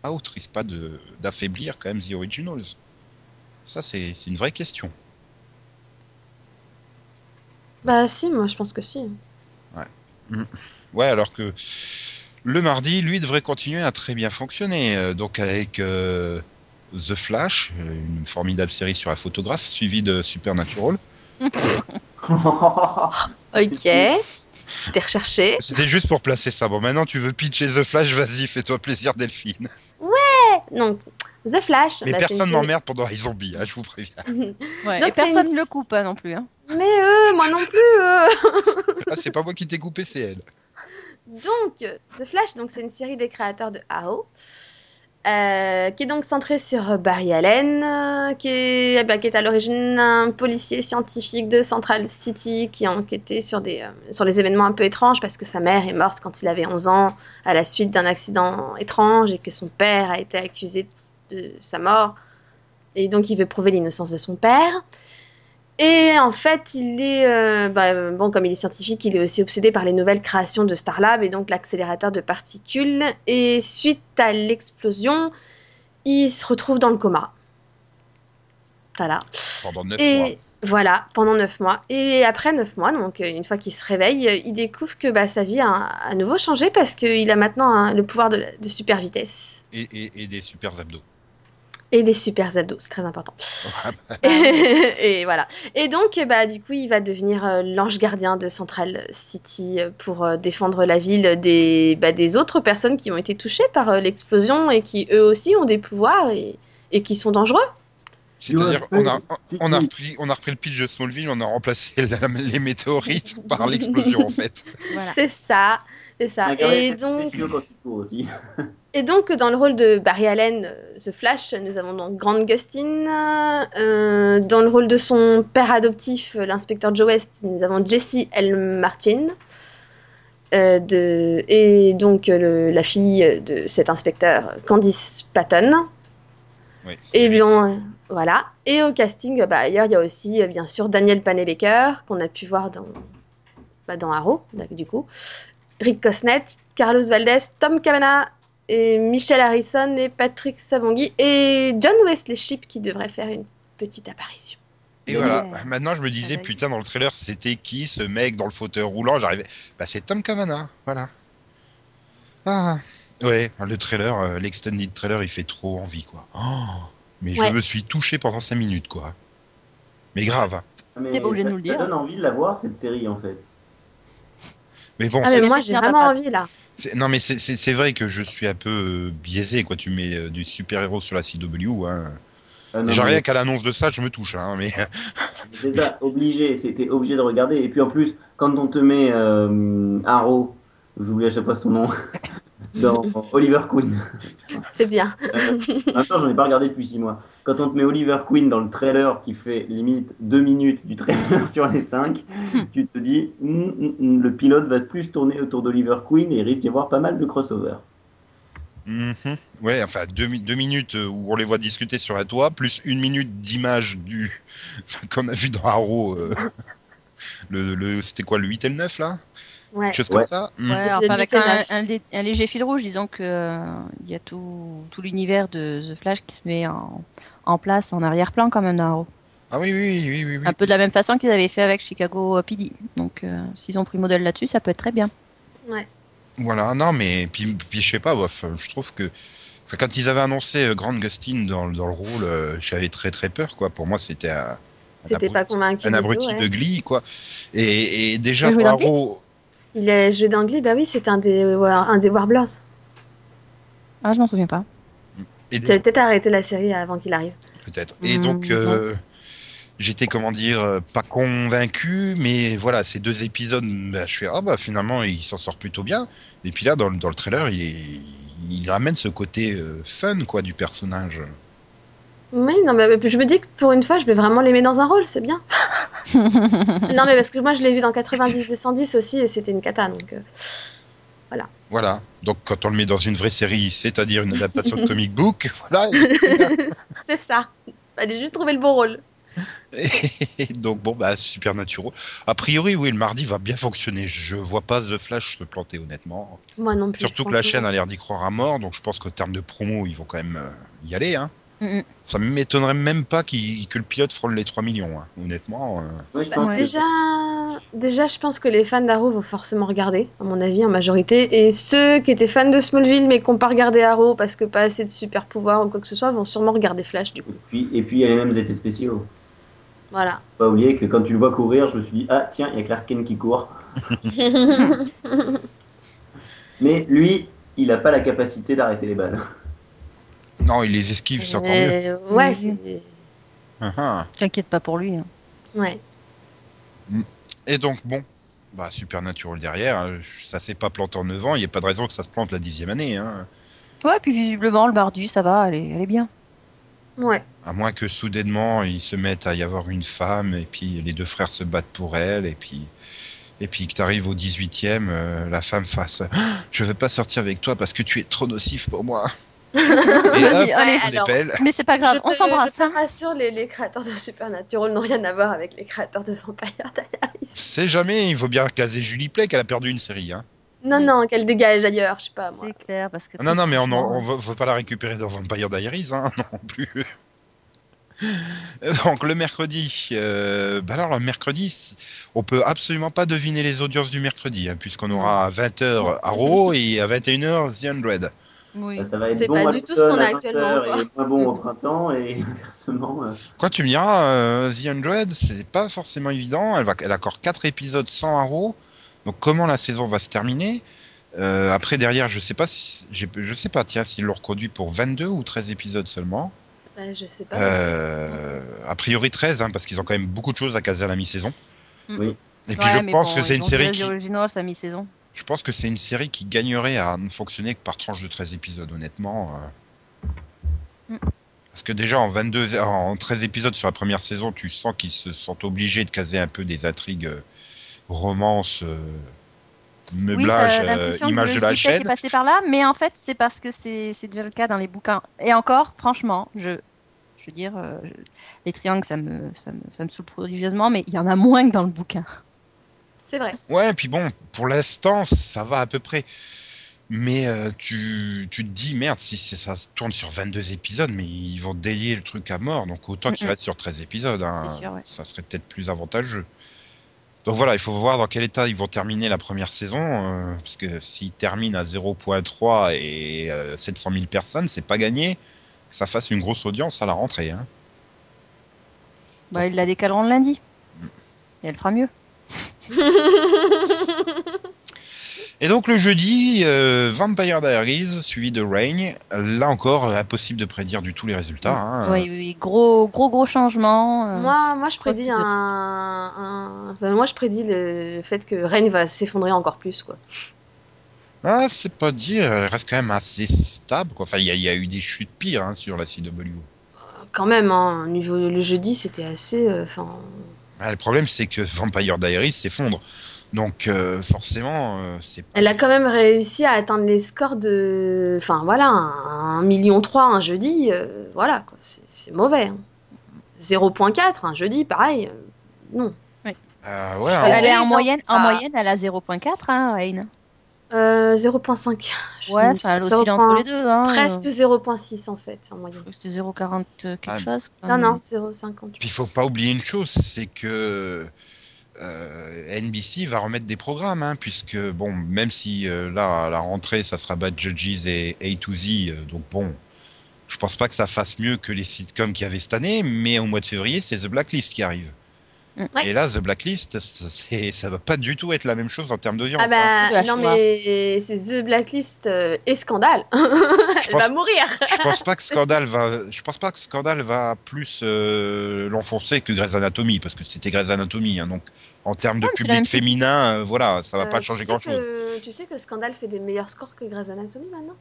S1: Out risque pas de- d'affaiblir quand même The Originals Ça, c'est c'est une vraie question.
S2: Bah si, moi je pense que si.
S1: Ouais, alors que le mardi, lui, devrait continuer à très bien fonctionner. euh, donc avec euh, The Flash, euh, une formidable série sur la photographe, suivie de Supernatural.
S2: Ok, c'était recherché.
S1: C'était juste pour placer ça. Bon, maintenant tu veux pitcher The Flash, vas-y, fais-toi plaisir, Delphine.
S2: Donc, The Flash.
S1: Mais
S2: bah, c'est
S1: personne
S2: une-
S1: m'emmerde pendant les zombies, hein, je vous préviens.
S3: Ouais,
S2: Donc,
S3: et personne
S2: c'est
S3: ne le coupe hein, non plus. hein.
S2: Mais euh, moi non plus. euh.
S1: Ah, c'est pas moi qui t'ai coupé, c'est elle.
S2: Donc, The Flash, donc c'est une série des créateurs de AO, euh, qui est donc centrée sur Barry Allen, euh, qui, est, eh ben, qui est à l'origine un policier scientifique de Central City qui a enquêté sur, des, euh, sur les événements un peu étranges parce que sa mère est morte quand il avait 11 ans à la suite d'un accident étrange et que son père a été accusé de, de sa mort. Et donc, il veut prouver l'innocence de son père. Et en fait, il est, euh, bah, euh, bon, comme il est scientifique, il est aussi obsédé par les nouvelles créations de Starlab et donc l'accélérateur de particules. Et suite à l'explosion, il se retrouve dans le coma. Voilà.
S1: Pendant 9 mois.
S2: Et voilà, pendant 9 mois. Et après 9 mois, donc euh, une fois qu'il se réveille, euh, il découvre que bah, sa vie a à nouveau changé parce qu'il a maintenant hein, le pouvoir de, la- de super vitesse
S1: Et, et- et des super abdos.
S2: et des super abdos, c'est très important.
S1: Ah, bah,
S2: et voilà. Et donc, bah, du coup, il va devenir euh, l'ange gardien de Central City euh, pour euh, défendre la ville des, bah, des autres personnes qui ont été touchées par euh, l'explosion et qui, eux aussi, ont des pouvoirs et, et qui sont dangereux.
S1: C'est-à-dire, on a,
S4: C'est
S1: on, a
S4: qui
S1: repris, on a repris le pitch de Smallville, on a remplacé la- les météorites par l'explosion, en fait.
S3: Voilà.
S2: C'est ça. C'est ça.
S4: Regardez,
S2: Et donc,
S4: c'est Lucio Corsico aussi.
S2: et donc, dans le rôle de Barry Allen, euh, The Flash, nous avons donc Grant Gustin. Euh, dans le rôle de son père adoptif, euh, l'inspecteur Joe West, nous avons Jesse L. Martin. Euh, de, et donc euh, le- la fille de cet inspecteur, Candice Patton.
S1: Ouais, c'est-
S2: Et bien, euh, voilà. Et au casting, euh, bah, ailleurs, il y a aussi, euh, bien sûr, Daniel Panebaker, qu'on a pu voir dans, bah, dans Arrow, là, du coup. Rick Cosnet, Carlos Valdez, Tom Cavana, et Michel Harrison, et Patrick Savonghi, et John Wesley Shipp, qui devrait faire une petite apparition.
S1: Et voilà,
S3: Ouais.
S1: maintenant je me disais,
S3: Ah bah oui.
S1: putain, dans le trailer, c'était qui ce mec dans le fauteuil roulant J'arrivais. Bah, c'est Tom Cavana, voilà. Ah, ouais, le trailer, euh, l'extended trailer, il fait trop envie, quoi. Oh, mais
S2: Ouais.
S1: je me suis touché pendant 5 minutes, quoi. Mais grave. hein.
S4: Mais
S3: T'es pas obligé de
S4: ça-
S3: nous le
S4: ça
S3: dire.
S4: donne envie de la voir cette série en fait.
S1: Mais bon,
S2: Ah,
S1: c'est-
S2: mais
S3: mais
S2: moi,
S3: c'est
S2: j'ai
S3: bien ta
S2: vraiment
S3: phrase.
S2: envie, là.
S1: c'est- non, mais c'est- c'est c'est vrai que je suis un peu euh, biaisé, quoi. Tu mets euh, du super-héros sur la CW, hein.
S4: Ah, non,
S1: Déjà,
S4: mais-
S1: rien qu'à l'annonce de ça, je me touche, hein. Mais
S4: Déjà obligé, c'était obligé de regarder. Et puis en plus, quand on te met euh, Arrow, j'oublie à chaque fois son nom, dans Oliver Queen.
S2: C'est bien.
S4: Euh, maintenant, j'en ai pas regardé depuis 6 mois. Quand on te met Oliver Queen dans le trailer qui fait limite 2 minutes du trailer sur les 5, tu te dis, hum, hum, hum, le pilote va plus tourner autour d'Oliver Queen et il risque d'y avoir pas mal de crossover.
S1: Mhm. Ouais, enfin deux, mi- deux minutes euh, où on les voit discuter sur un toit, plus une minute d'image du qu'on a vu dans Arrow. euh, Le, le- c'était quoi le 8 et le 9 là
S2: Ouais.
S1: Quelque chose comme
S4: Ouais.
S1: ça
S3: Ouais,
S1: Mhm.
S3: alors,
S2: Épisode
S3: enfin, avec
S2: huit et
S3: un,
S2: neuf.
S3: un lé- un léger fil rouge, disons que euh, il y a tout, tout l'univers de The Flash qui se met en, en place en arrière-plan quand même dans Arrow.
S1: Ah oui, oui, oui, oui. oui.
S3: Un peu de la même façon qu'ils avaient fait avec Chicago euh, PD. Donc euh, s'ils ont pris modèle là-dessus, ça peut être très bien.
S1: Voilà, non, mais puis, puis je sais pas, bof, je trouve que enfin, quand ils avaient annoncé euh, Grant Gustin dans, dans le rôle, euh, j'avais très très peur quoi. Pour moi, c'était un, un
S2: T'étais pas
S1: abruti-
S2: convaincu.
S1: un
S2: du tout,
S1: abruti
S2: ouais.
S1: de Glee quoi. Et, et déjà
S3: Il jouait
S1: pour
S3: dans Glee
S1: Arrow,
S2: Il a joué dans Glee, bah oui, c'était un des, un des Warblers.
S3: Ah, je m'en souviens pas.
S1: et
S2: T'avais peut-être arrêté la série avant qu'il arrive.
S1: peut-être. Et
S3: Mm,
S1: donc,
S3: non.
S1: euh, j'étais, comment dire, euh, pas convaincu, mais voilà, ces deux épisodes, bah, je fais, ah bah finalement, il s'en sort plutôt bien. Et puis là, dans, le- dans le trailer, il, est- il ramène ce côté euh, fun, quoi, du personnage.
S2: Oui, non, mais je me dis que pour une fois, je vais vraiment l'aimer dans un rôle, c'est bien. non, mais parce que moi, je l'ai vu dans 90-210 aussi et c'était une cata, donc. euh,
S1: Voilà. Donc, quand on le met dans une vraie série, c'est-à-dire une adaptation de comic book, voilà. et-
S2: c'est ça. Fallait juste trouver le bon rôle.
S1: Et donc bon bah Supernatural. A priori oui le mardi va bien fonctionner. Je vois pas The Flash se planter honnêtement.
S2: Moi non plus.
S1: Surtout que la chaîne
S2: franchement.
S1: a l'air d'y croire à mort donc je pense qu'au terme de promo ils vont quand même euh, y aller. Hein.
S3: Mm, mm.
S1: Ça m'étonnerait même pas qu'il- que le pilote frôle les 3 millions hein. honnêtement. euh.
S4: Ouais, je
S3: Bah,
S4: pense
S3: ouais.
S4: que-
S2: Déjà, déjà, je pense que les fans d'Arrow vont forcément regarder, à mon avis, en majorité. Et ceux qui étaient fans de Smallville mais qui n'ont pas regardé Arrow parce que pas assez de super pouvoirs ou quoi que ce soit vont sûrement regarder Flash du coup.
S4: Et puis, et puis, il y a les mêmes effets spéciaux.
S2: Voilà.
S4: Faut Pas oublier que quand tu le vois courir, je me suis dit, ah tiens, il y a Clark Kent qui court. Mais lui, il n'a pas la capacité d'arrêter les balles.
S1: Non il les esquive c'est encore mieux.
S2: Euh, ouais,
S3: Oui.
S2: c'est-
S1: Ah, ah.
S3: T'inquiète pas pour lui. hein.
S2: ouais.
S1: Et donc, bon, bah, Supernatural derrière, hein, ça s'est pas planté en 9 ans, il n'y a pas de raison que ça se plante la dixième année. Hein.
S3: Ouais, puis visiblement, le mardi, ça va, elle est, elle est bien.
S2: Ouais.
S1: À moins que soudainement, ils se mettent à y avoir une femme, et puis les deux frères se battent pour elle, et puis, et puis que tu arrives au 18e, euh, la femme fasse Ah, Je veux pas sortir avec toi parce que tu es trop nocif pour moi. Et hop,
S3: Vas-y, allez.
S1: on
S2: alors.
S1: épelle.
S3: Mais c'est pas grave,
S2: Je te-
S3: on s'embrasse.
S2: Je
S3: hein.
S2: te rassure, les, les créateurs de Supernatural n'ont rien à voir avec les créateurs de Vampire Diaries.
S1: C'est jamais, il faut bien caser Julie Plec, elle a perdu une série. Hein.
S2: Non, non, qu'elle dégage ailleurs, je sais pas moi.
S3: C'est clair, parce que.
S1: Ah Non, non, mais on
S3: franchement,
S1: ne veut, veut pas la récupérer dans Vampire Diaries, hein, non plus. Donc le mercredi, euh, bah alors le mercredi, c- on peut absolument pas deviner les audiences du mercredi, hein, puisqu'on aura à 20h Arrow et à 21h The Undread.
S3: Oui.
S4: Bah, ça va être
S2: C'est
S4: bon
S2: pas
S4: à
S2: du tout ce qu'on
S4: l'automne,
S2: a
S4: à 20 heures,
S2: actuellement,
S4: Et moins bon au printemps, et inversement. euh,
S1: Quand tu me diras, euh, The Undread, c'est pas forcément évident, elle, va, elle accorde 4 épisodes sans Arrow, donc comment la saison va se terminer Euh, Après derrière, je sais pas, si, j'ai- je sais pas, tiens, s'ils l'ont reconduit pour 22 ou 13 épisodes seulement.
S2: Ouais, je sais pas.
S1: Euh, a priori 13, hein, parce qu'ils ont quand même beaucoup de choses à caser à la mi-saison.
S3: Mm.
S4: Oui.
S1: Et puis
S3: Ouais,
S1: je
S3: mais
S1: pense
S3: bon,
S1: que c'est
S3: ils
S1: une
S3: ont
S1: série
S3: viré
S1: qui,
S3: The Originals à mi-saison.
S1: je pense que c'est une série qui gagnerait à ne fonctionner que par tranche de 13 épisodes, honnêtement. euh.
S3: Mm.
S1: Parce que déjà en 22, en 13 épisodes sur la première saison, tu sens qu'ils se sentent obligés de caser un peu des intrigues euh, romances, euh, meublage,
S3: t'as
S1: euh,
S3: l'impression
S1: image
S3: que
S1: de la
S3: Wikipedia
S1: chaîne.
S3: est passé par là, mais en fait, c'est parce que c'est c'est déjà le cas dans les bouquins. Et encore, franchement, je, je veux dire, euh, je- les triangles, ça me, ça me, ça me saoule prodigieusement, mais il y en a moins que dans le bouquin.
S2: C'est vrai.
S1: Ouais, puis bon, pour l'instant, ça va à peu près. Mais euh, tu, tu te dis, merde, si c'est- ça se tourne sur 22 épisodes, mais ils vont délier le truc à mort, donc autant qu'ils
S3: Mhm.
S1: restent sur 13 épisodes. hein.
S3: C'est sûr, ouais.
S1: Ça serait peut-être plus avantageux. Donc voilà, il faut voir dans quel état ils vont terminer la première saison, euh, parce que s'ils terminent à 0.3 et euh, 700 000 personnes, c'est pas gagné que ça fasse une grosse audience à la rentrée. Hein.
S3: Bah, ils la décaleront le lundi. Et elle fera mieux.
S1: Et donc le jeudi, euh, Vampire Diaries suivi de Reign. Là encore, impossible de prédire du tout les résultats. hein.
S3: Oui, oui, oui, gros, gros, gros changement. euh,
S2: moi, moi, je
S3: grosse
S2: prédis
S3: prise
S2: un,
S3: de
S2: un- enfin, moi, je prédis le, le fait que Rennes va s'effondrer encore plus, quoi.
S1: Ah, c'est pas dire, elle reste quand même assez stable. Quoi. Enfin, il y, a- il y a eu des chutes pires hein, sur la CW.
S2: Quand même, hein, niveau le jeudi, c'était assez, euh, enfin,
S1: Ah, le problème, c'est que Vampire Diaries s'effondre. Donc euh, forcément, euh, c'est pas...
S2: Elle a quand même réussi à atteindre les scores de, enfin voilà, un un million trois un jeudi, euh, voilà, quoi. C'est- c'est mauvais. hein. 0.4 un jeudi, pareil, euh, non.
S1: Euh, ouais, hein.
S2: Ah,
S3: Elle est
S2: oui,
S3: en
S2: non,
S3: moyenne,
S2: c'est
S3: en
S2: pas-
S3: moyenne, elle a 0.4, hein, Rain.
S2: Euh, 0.5.
S3: Ouais, enfin, elle oscille
S2: 0.1,
S3: entre les deux. Hein.
S2: Presque
S3: euh,
S2: 0.6 en fait en
S3: Je
S2: moyenne.
S3: crois que c'était 0.40 quelque
S1: Ah,
S3: chose. quoi,
S2: Non
S3: mais-
S2: non 0.58.
S1: Puis il faut pas oublier une chose, c'est que euh, NBC va remettre des programmes, hein, puisque bon, même si euh, là à la rentrée ça sera Bad Judges et A to Z, euh, donc bon, je pense pas que ça fasse mieux que les sitcoms qu'il y avait cette année, mais au mois de février c'est The Blacklist qui arrive.
S3: Mm.
S2: Ouais.
S1: Et là, The Blacklist, ça- c'est- ça va pas du tout être la même chose en termes d'audience.
S2: Ah
S1: hein.
S2: bah
S3: hein.
S2: non mais c'est The Blacklist euh, et scandale. Elle
S1: pense-
S2: va mourir.
S1: Je pense pas que Scandal va, je pense pas que Scandal va plus euh, l'enfoncer que Grey's Anatomy, parce que c'était Grey's Anatomy, hein, donc en termes de
S3: Ouais, mais c'est la même
S1: public féminin, euh, voilà, ça va
S2: Euh,
S1: pas
S2: tu
S1: changer
S2: sais
S1: grand chose.
S2: que- Tu sais que Scandale fait des meilleurs scores que Grey's Anatomy maintenant.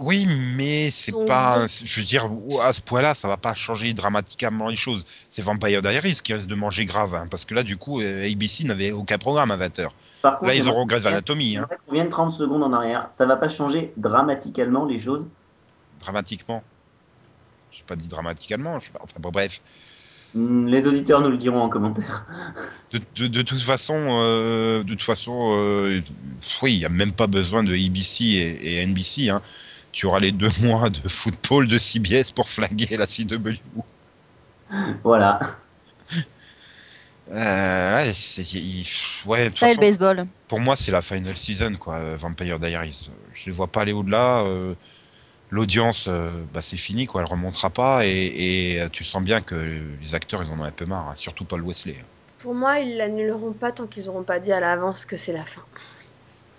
S1: Oui, mais c'est
S2: Donc,
S1: pas.
S2: bon.
S1: Je veux dire, à ce point-là, ça va pas changer dramatiquement les choses. C'est Vampire Diaries qui risque de manger grave, hein, parce que là, du coup, euh, ABC n'avait aucun programme à 20h.
S4: Par contre,
S1: Là, ils
S4: j'aimerais-
S1: auront Grey's Anatomy, hein,
S4: j'aimerais qu'on vienne 30 secondes en arrière. Ça va pas changer dramatiquement les choses.
S1: dramatiquement. J'ai pas dit dramatiquement, je sais pas, enfin bon, bref.
S4: Hmm, Les auditeurs nous le diront en commentaire.
S1: De, de- de toute façon, euh, de toute façon, euh, oui, il n'y a même pas besoin de ABC et, et NBC. hein. Tu auras les deux mois de football de CBS pour flinguer la CW.
S4: Voilà.
S1: Euh, ouais, c'est- il- il- ouais, de toute
S3: Ça et le
S1: façon,
S3: baseball.
S1: pour moi, c'est la final season, quoi, euh, Vampire Diaries. Je ne vois pas aller au-delà. euh, L'audience, euh, bah, c'est fini, quoi. Elle remontera pas. Et, et, euh, tu sens bien que les acteurs, ils en ont un peu marre. hein, surtout Paul Wesley. hein.
S2: Pour moi, ils l'annuleront pas tant qu'ils auront pas dit à l'avance que c'est la fin.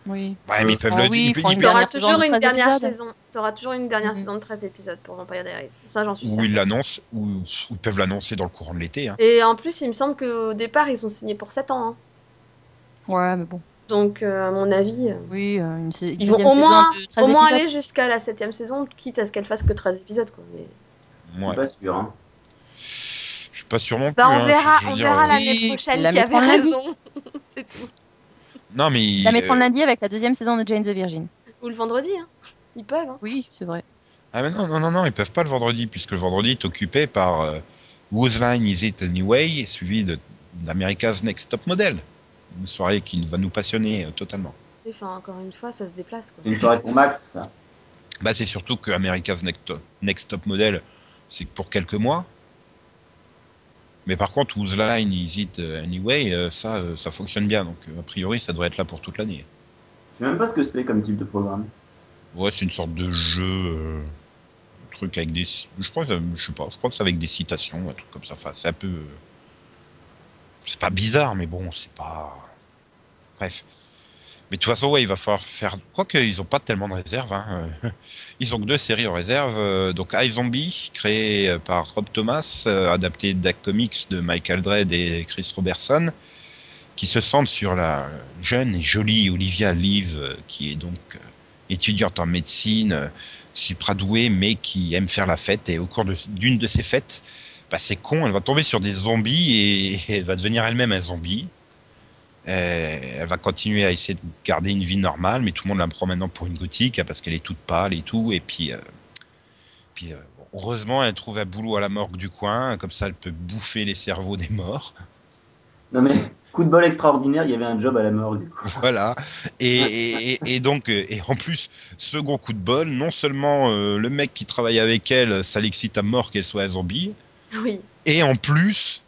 S3: Oui.
S1: Ouais, mais ils peuvent
S3: Oh
S1: le
S3: oui,
S1: ils peuvent-
S3: Franck
S1: ils peuvent-
S2: T'auras
S3: dernière saison
S2: toujours
S3: de
S2: une
S3: 13
S2: dernière
S3: épisodes.
S2: saison. T'auras toujours une dernière
S3: Mhm.
S2: saison de 13 épisodes pour Vampire Diaries. Ça, j'en suis
S1: ou
S2: certaine.
S1: ils l'annoncent, ou, ou ils peuvent l'annoncer dans le courant de l'été. hein.
S2: Et en plus, il me semble qu'au départ, ils ont signé pour 7 ans. hein.
S3: Ouais, mais bon.
S2: Donc, euh, à mon avis, euh,
S3: Oui, euh, une sé- une
S2: Ils vont
S3: sixième
S2: au
S3: saison
S2: moins-
S3: de 13
S2: au moins
S3: épisodes.
S2: aller jusqu'à la 7 saison, quitte à ce qu'elle fasse que 13 épisodes. Quoi. Mais-
S1: Ouais.
S4: Je suis pas sûr. hein.
S1: Je suis pas sûr non plus.
S2: Bah,
S1: hein,
S2: on verra,
S1: je- je veux
S2: on
S1: dire,
S2: verra
S1: euh,
S2: l'année
S3: Oui,
S2: prochaine
S3: ils la
S2: qui avait
S3: mettront lundi.
S2: raison. c'est tout.
S1: Non, mais.
S3: La mettront
S1: euh,
S3: le lundi avec la deuxième saison de Jane the Virgin.
S2: Ou le vendredi, hein. ils peuvent. hein.
S3: Oui, c'est vrai.
S1: Ah, mais non, non, non, non, ils peuvent pas le vendredi, puisque le vendredi est occupé par euh, Whose Line Is It Anyway, suivi de- d'America's Next Top Model. Une soirée qui va nous passionner euh, totalement.
S2: Enfin, encore une fois, ça se déplace. Quoi.
S4: C'est une soirée pour Max, ça.
S1: Bah, c'est surtout que America's Next, Next Top Model, c'est que pour quelques mois. Mais par contre, Whose Line Is It Anyway, euh, ça, euh, ça fonctionne bien. Donc, euh, a priori, ça devrait être là pour toute l'année.
S4: Je sais même pas ce que c'est comme type de programme.
S1: Ouais, c'est une sorte de jeu, euh, un truc avec des, je crois, que ça- je sais pas, je crois que c'est avec des citations, un truc comme ça. Enfin, c'est un peu, euh, c'est pas bizarre, mais bon, c'est pas, bref. Mais de toute façon, ouais, il va falloir faire. Quoique, ils ont pas tellement de réserves. Hein. Ils ont que deux séries en réserve. euh, Donc, iZombie, créé euh, par Rob Thomas, euh, adapté d'Ac Comics de Michael Dredd et Chris Robertson, qui se centre sur la jeune et jolie Olivia Live, euh, qui est donc euh, étudiante en médecine, euh, supradouée, mais qui aime faire la fête. Et au cours de- d'une de, ces fêtes, bah, c'est con, elle va tomber sur des zombies et, et elle va devenir elle-même un zombie. Euh, elle va continuer à essayer de garder une vie normale, mais tout le monde la prend maintenant pour une gothique hein, parce qu'elle est toute pâle et tout. Et puis, euh, puis euh, heureusement, elle trouve un boulot à la morgue du coin, comme ça elle peut bouffer les cerveaux des morts.
S4: Non mais, coup de bol extraordinaire, il y avait un job à la morgue.
S1: Voilà. Et, et- et- et donc, euh, et en plus, second coup de bol, non seulement euh, le mec qui travaille avec elle, ça l'excite à mort qu'elle soit un zombie,
S2: Oui.
S1: et en plus,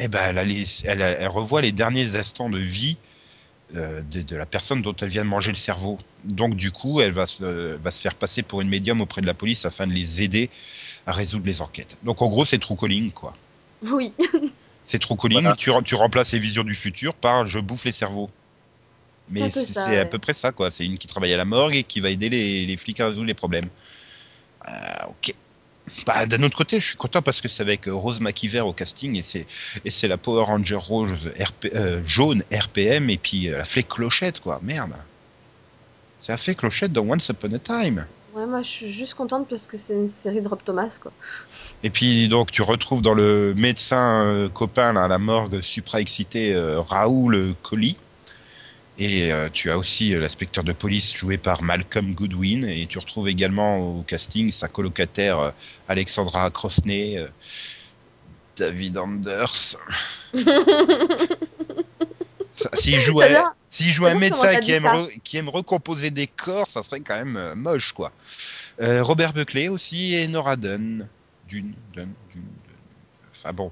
S1: eh ben, elle, a les- elle a- elle revoit les derniers instants de vie euh, de, de la personne dont elle vient de manger le cerveau. Donc, du coup, elle va se, euh, va se faire passer pour une médium auprès de la police afin de les aider à résoudre les enquêtes. Donc, en gros, c'est true calling, quoi.
S2: Oui.
S1: C'est trop calling,
S4: Voilà.
S1: tu, re- tu remplaces les visions du futur par je bouffe les cerveaux. Mais
S2: un peu
S1: c'est
S2: ça,
S1: c'est à
S2: ouais.
S1: peu près ça, quoi. C'est une qui travaille à la morgue et qui va aider les, les flics à résoudre les problèmes. Euh, ok. Bah, D'un autre côté, je suis content parce que c'est avec euh, Rose McIver au casting et c'est et c'est la Power Ranger rouge RP, euh, jaune RPM et puis euh, la fée clochette, quoi. Merde. C'est la fée clochette dans Once Upon a Time.
S2: Ouais, moi, je suis juste contente parce que c'est une série de Rob Thomas. Quoi.
S1: Et puis donc tu retrouves dans le médecin euh, copain là, à la morgue supra-excité euh, Raoul Colli. Et euh, tu as aussi euh, l'inspecteur de police joué par Malcolm Goodwin. Et tu retrouves également au casting sa colocataire euh, Alexandra Crosney, euh, David Anders. Ça, S'il joue,
S2: J'adore-
S1: à- s'il joue un
S2: j'adore comment
S1: médecin
S2: t'as
S1: qui
S2: dit
S1: aime,
S2: ça.
S1: re- qui aime recomposer des corps, ça serait quand même euh, moche quoi. Euh, Robert Buckley aussi et Nora Dunn. Dune, Dunn, Dune, Dunn. Enfin bon.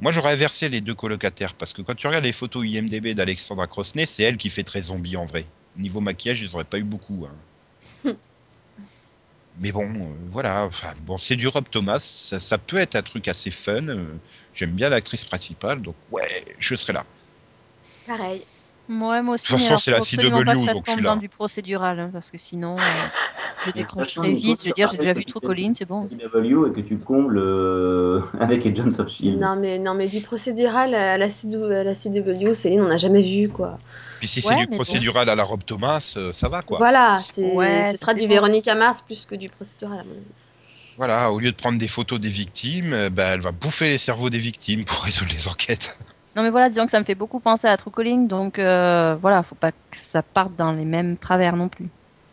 S1: Moi, j'aurais inversé les deux colocataires parce que quand tu regardes les photos IMDb d'Alexandra Crosney, c'est elle qui fait très zombie en vrai. Niveau maquillage, ils auraient pas eu beaucoup. hein. Mais bon, euh, voilà. Enfin, bon, c'est du Rob Thomas. Ça, ça peut être un truc assez fun. Euh, J'aime bien l'actrice principale, donc ouais, je serai là.
S2: Pareil.
S3: Ouais, moi aussi.
S1: De toute façon,
S3: mais alors,
S1: c'est la
S3: faut absolument
S1: CW,
S3: pas que ça
S1: donc je
S3: tombe
S1: suis là.
S3: dans du procédural, hein, parce que sinon, euh, je décroche
S4: façon,
S3: très
S4: Nico,
S3: vite.
S4: tu
S3: Je veux dire,
S4: vas
S3: j'ai déjà
S4: arrêter
S3: vu
S4: de
S3: trop
S4: faire
S3: Colline, c'est
S2: Oh.
S3: bon.
S4: CW et que tu combles euh, avec Agents of Shield.
S2: Non, mais, non, mais du procédural à la, CW, à la CW, Céline, on n'a jamais vu. quoi.
S1: Puis si
S3: Ouais,
S1: c'est du
S3: mais bon.
S1: procédural à la Rob Thomas, euh, ça va quoi.
S2: Voilà, c'est
S3: Ouais,
S2: ce sera
S3: c'est
S2: du
S3: bon.
S2: Véronica Mars plus que du procédural. à mon avis.
S1: Voilà, au lieu de prendre des photos des victimes, euh, bah, elle va bouffer les cerveaux des victimes pour résoudre les enquêtes.
S3: Non, mais voilà, disons que ça me fait beaucoup penser à True Calling, donc euh, voilà, faut pas que ça parte dans les mêmes travers non plus.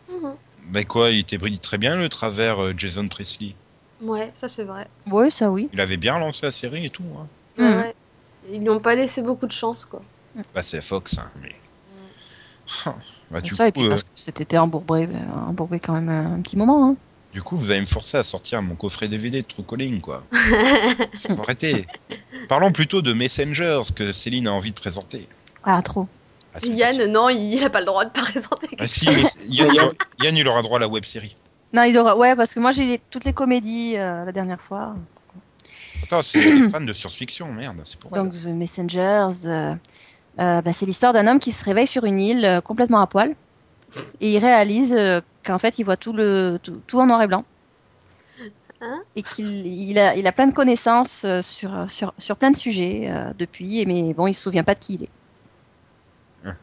S2: Mhm.
S3: Mm-hmm.
S1: Mais quoi, il était brillant très bien le travers euh, Jason Presley.
S2: Ouais, ça c'est vrai.
S3: Oui, ça oui.
S1: Il avait bien lancé la série et tout. hein.
S2: Ouais,
S3: Mhm.
S2: ouais. Ils lui ont pas laissé beaucoup de chance, quoi.
S1: Bah, c'est Fox, hein, mais. Bah, du,
S3: Mm. ça, et
S1: coup,
S3: puis
S1: euh,
S3: parce que c'était embourbé, euh, embourbé quand même euh, un petit moment. hein.
S1: du coup, vous allez me forcer à sortir mon coffret DVD de True Calling, quoi. Arrêtez. Parlons plutôt de Messengers que Céline a envie de présenter.
S3: Ah, trop.
S1: Ah, c'est facile.
S2: Yann, non, il a pas le droit de pas présenter.
S1: Ah, si, mais c'est- Yann, il aura- Yann, il aura droit à la web série.
S3: Non, il aura... Ouais, parce que moi, j'ai les- toutes les comédies euh, la dernière fois.
S1: Attends, c'est des fans de science-fiction, merde, c'est pour elle.
S3: Donc, The Messengers, euh, euh, bah, c'est l'histoire d'un homme qui se réveille sur une île euh, complètement à poil. Et il réalise euh, qu'en fait, il voit tout, le... tout, tout en noir et blanc.
S2: Hein
S3: et qu'il il a, il a plein de connaissances euh, sur, sur, sur plein de sujets euh, depuis, et- mais bon, il se souvient pas de qui il est.
S1: Hein,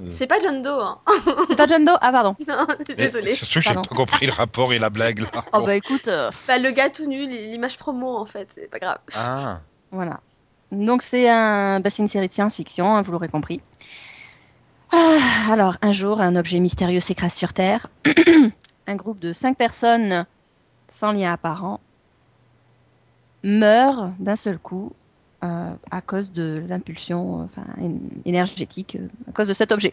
S1: euh,
S2: C'est pas John Doe, hein.
S3: C'est pas John Doe Ah, pardon.
S2: Non,
S1: mais
S2: désolé.
S1: Surtout, j'ai pas
S3: Pardon.
S1: compris le rapport et la blague là.
S3: Oh, bah écoute, euh,
S2: Bah, le gars tout nul, l'image promo, en fait, c'est pas grave.
S1: Ah,
S3: Voilà. Donc c'est un, bah, c'est une série de science-fiction, hein, vous l'aurez compris. Ah, alors un jour, un objet mystérieux s'écrase sur Terre. un groupe de cinq personnes sans lien apparent meurt d'un seul coup euh, à cause de l'impulsion euh, enfin, en- énergétique, euh, à cause de cet objet.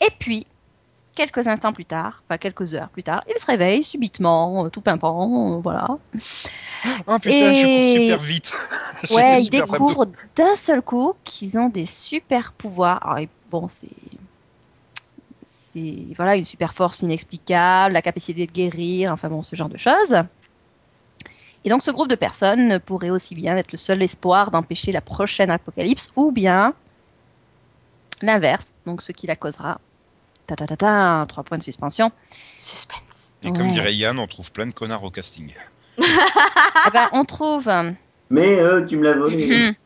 S3: Et puis, quelques instants plus tard, enfin quelques heures plus tard, il se réveille subitement, euh, tout pimpant, euh, voilà.
S1: Ah, putain, je
S3: Et-
S1: cours super vite. J'ai
S3: Ouais,
S1: des
S3: ils
S1: super
S3: découvrent d'un seul coup qu'ils ont des super pouvoirs. Alors, et bon, c'est. C'est voilà, une super force inexplicable, la capacité de guérir, enfin bon, ce genre de choses. Et donc, ce groupe de personnes pourrait aussi bien être le seul espoir d'empêcher la prochaine apocalypse ou bien l'inverse, donc ce qui la causera. Ta ta ta ta, trois points de suspension.
S2: Suspense.
S1: Et comme
S3: Ouais.
S1: dirait Yann, on trouve plein de connards au casting.
S3: Eh ben, on trouve.
S4: Mais euh, tu me l'as
S2: Hmm.
S4: volé.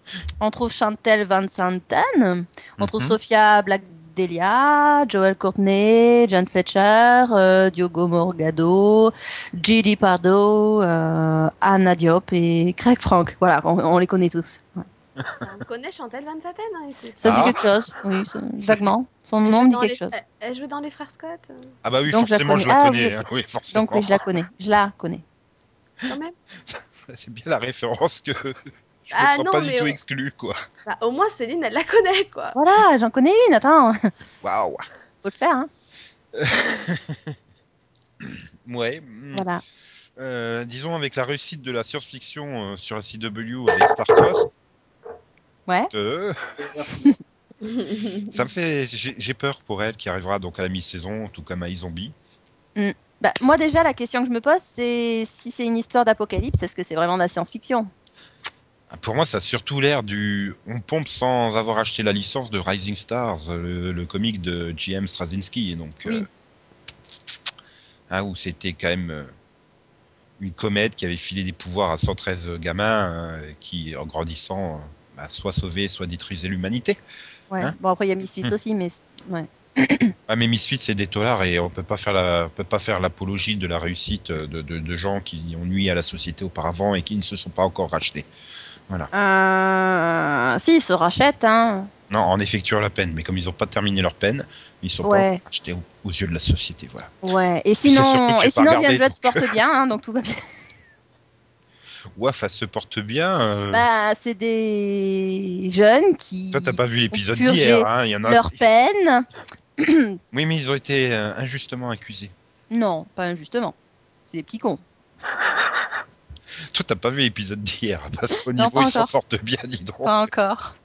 S3: On trouve Chantel Van Santen, on trouve
S1: Mhm.
S3: Sophia Black Delia, Joel Courtney, John Fletcher, euh, Diogo Morgado, Gigi Pardo, euh, Anna Diop et Craig Frank. Voilà, on, on les connaît tous. Ouais.
S2: On connaît Chantal Van Satten, hein, ici.
S3: Ça
S1: Ah.
S3: dit quelque chose, oui, ça- vaguement. Son nom me dit
S2: Dans
S3: quelque
S2: les-
S3: chose.
S2: Elle- Elle joue dans Les Frères Scott, euh,
S1: Ah bah oui,
S3: Donc, je la
S1: forcément, je la
S3: connais. Ah,
S1: connais.
S3: je-
S1: hein, Oui, forcément.
S3: Donc oui, je la connais, je la connais.
S2: quand même.
S1: C'est bien la référence que je
S2: Ah,
S1: me sens
S2: non,
S1: pas du
S2: mais
S1: tout
S2: on-
S1: exclu, quoi.
S2: Bah, au moins, Céline, elle la connaît, quoi.
S3: Voilà, j'en connais une, attends, faut
S1: Waouh.
S3: le faire. Hein.
S1: Ouais. mm.
S3: Voilà.
S1: Euh, disons avec la réussite de la science-fiction euh, sur la CW avec Starcross.
S3: Ouais.
S1: euh,
S2: Bah,
S1: ça me fait, j'ai j'ai peur pour elle qui arrivera donc à la mi-saison, tout comme à iZombie.
S3: Bah, moi déjà, la question que je me pose, c'est si c'est une histoire d'apocalypse, est-ce que c'est vraiment de la science-fiction
S1: Ah, Pour moi, ça a surtout l'air du. On pompe sans avoir acheté la licence de Rising Stars, euh, le, le comic de J.M. Straczynski. Et donc,
S3: Oui.
S1: euh, Ah, où c'était quand même euh, une comète qui avait filé des pouvoirs à 113 gamins euh, qui, en grandissant, euh, bah, soit sauvaient, soit détruisaient l'humanité.
S3: Ouais.
S1: Hein
S3: bon, après, il y a Misfits
S1: Hmm.
S3: aussi, mais c'est- ouais.
S1: Ah, mais Misfits, c'est des tolards et on peut pas faire la, on peut pas faire l'apologie de la réussite euh, de, de- de gens qui ont nui à la société auparavant et qui ne se sont pas encore rachetés.
S3: Euh, Si, ils se rachètent. Hein.
S1: Non, en effectuant la peine, mais comme ils n'ont pas terminé leur peine, ils sont pas
S3: Ouais.
S1: encore rachetés aux, aux yeux de la société, voilà.
S3: Ouais. Et
S1: C'est surtout
S3: sinon,
S1: que j'ai
S3: et sinon
S1: pas
S3: The
S1: regardé,
S3: Android se
S1: donc. euh,
S3: porte bien, hein, donc tout va bien.
S1: Ouaf, elle se porte bien. euh,
S3: Bah, c'est des jeunes qui
S1: toi, t'as pas vu l'épisode
S3: purgé
S1: d'hier, hein, il y en a.
S3: leur peine.
S1: Oui, mais ils ont été euh, injustement accusés.
S3: Non, pas injustement. C'est des petits cons.
S1: Toi, t'as pas vu l'épisode d'hier, parce qu'au
S3: Non,
S1: niveau,
S3: pas
S1: ils s'en
S3: encore.
S1: sortent bien, dis donc.
S3: Pas encore.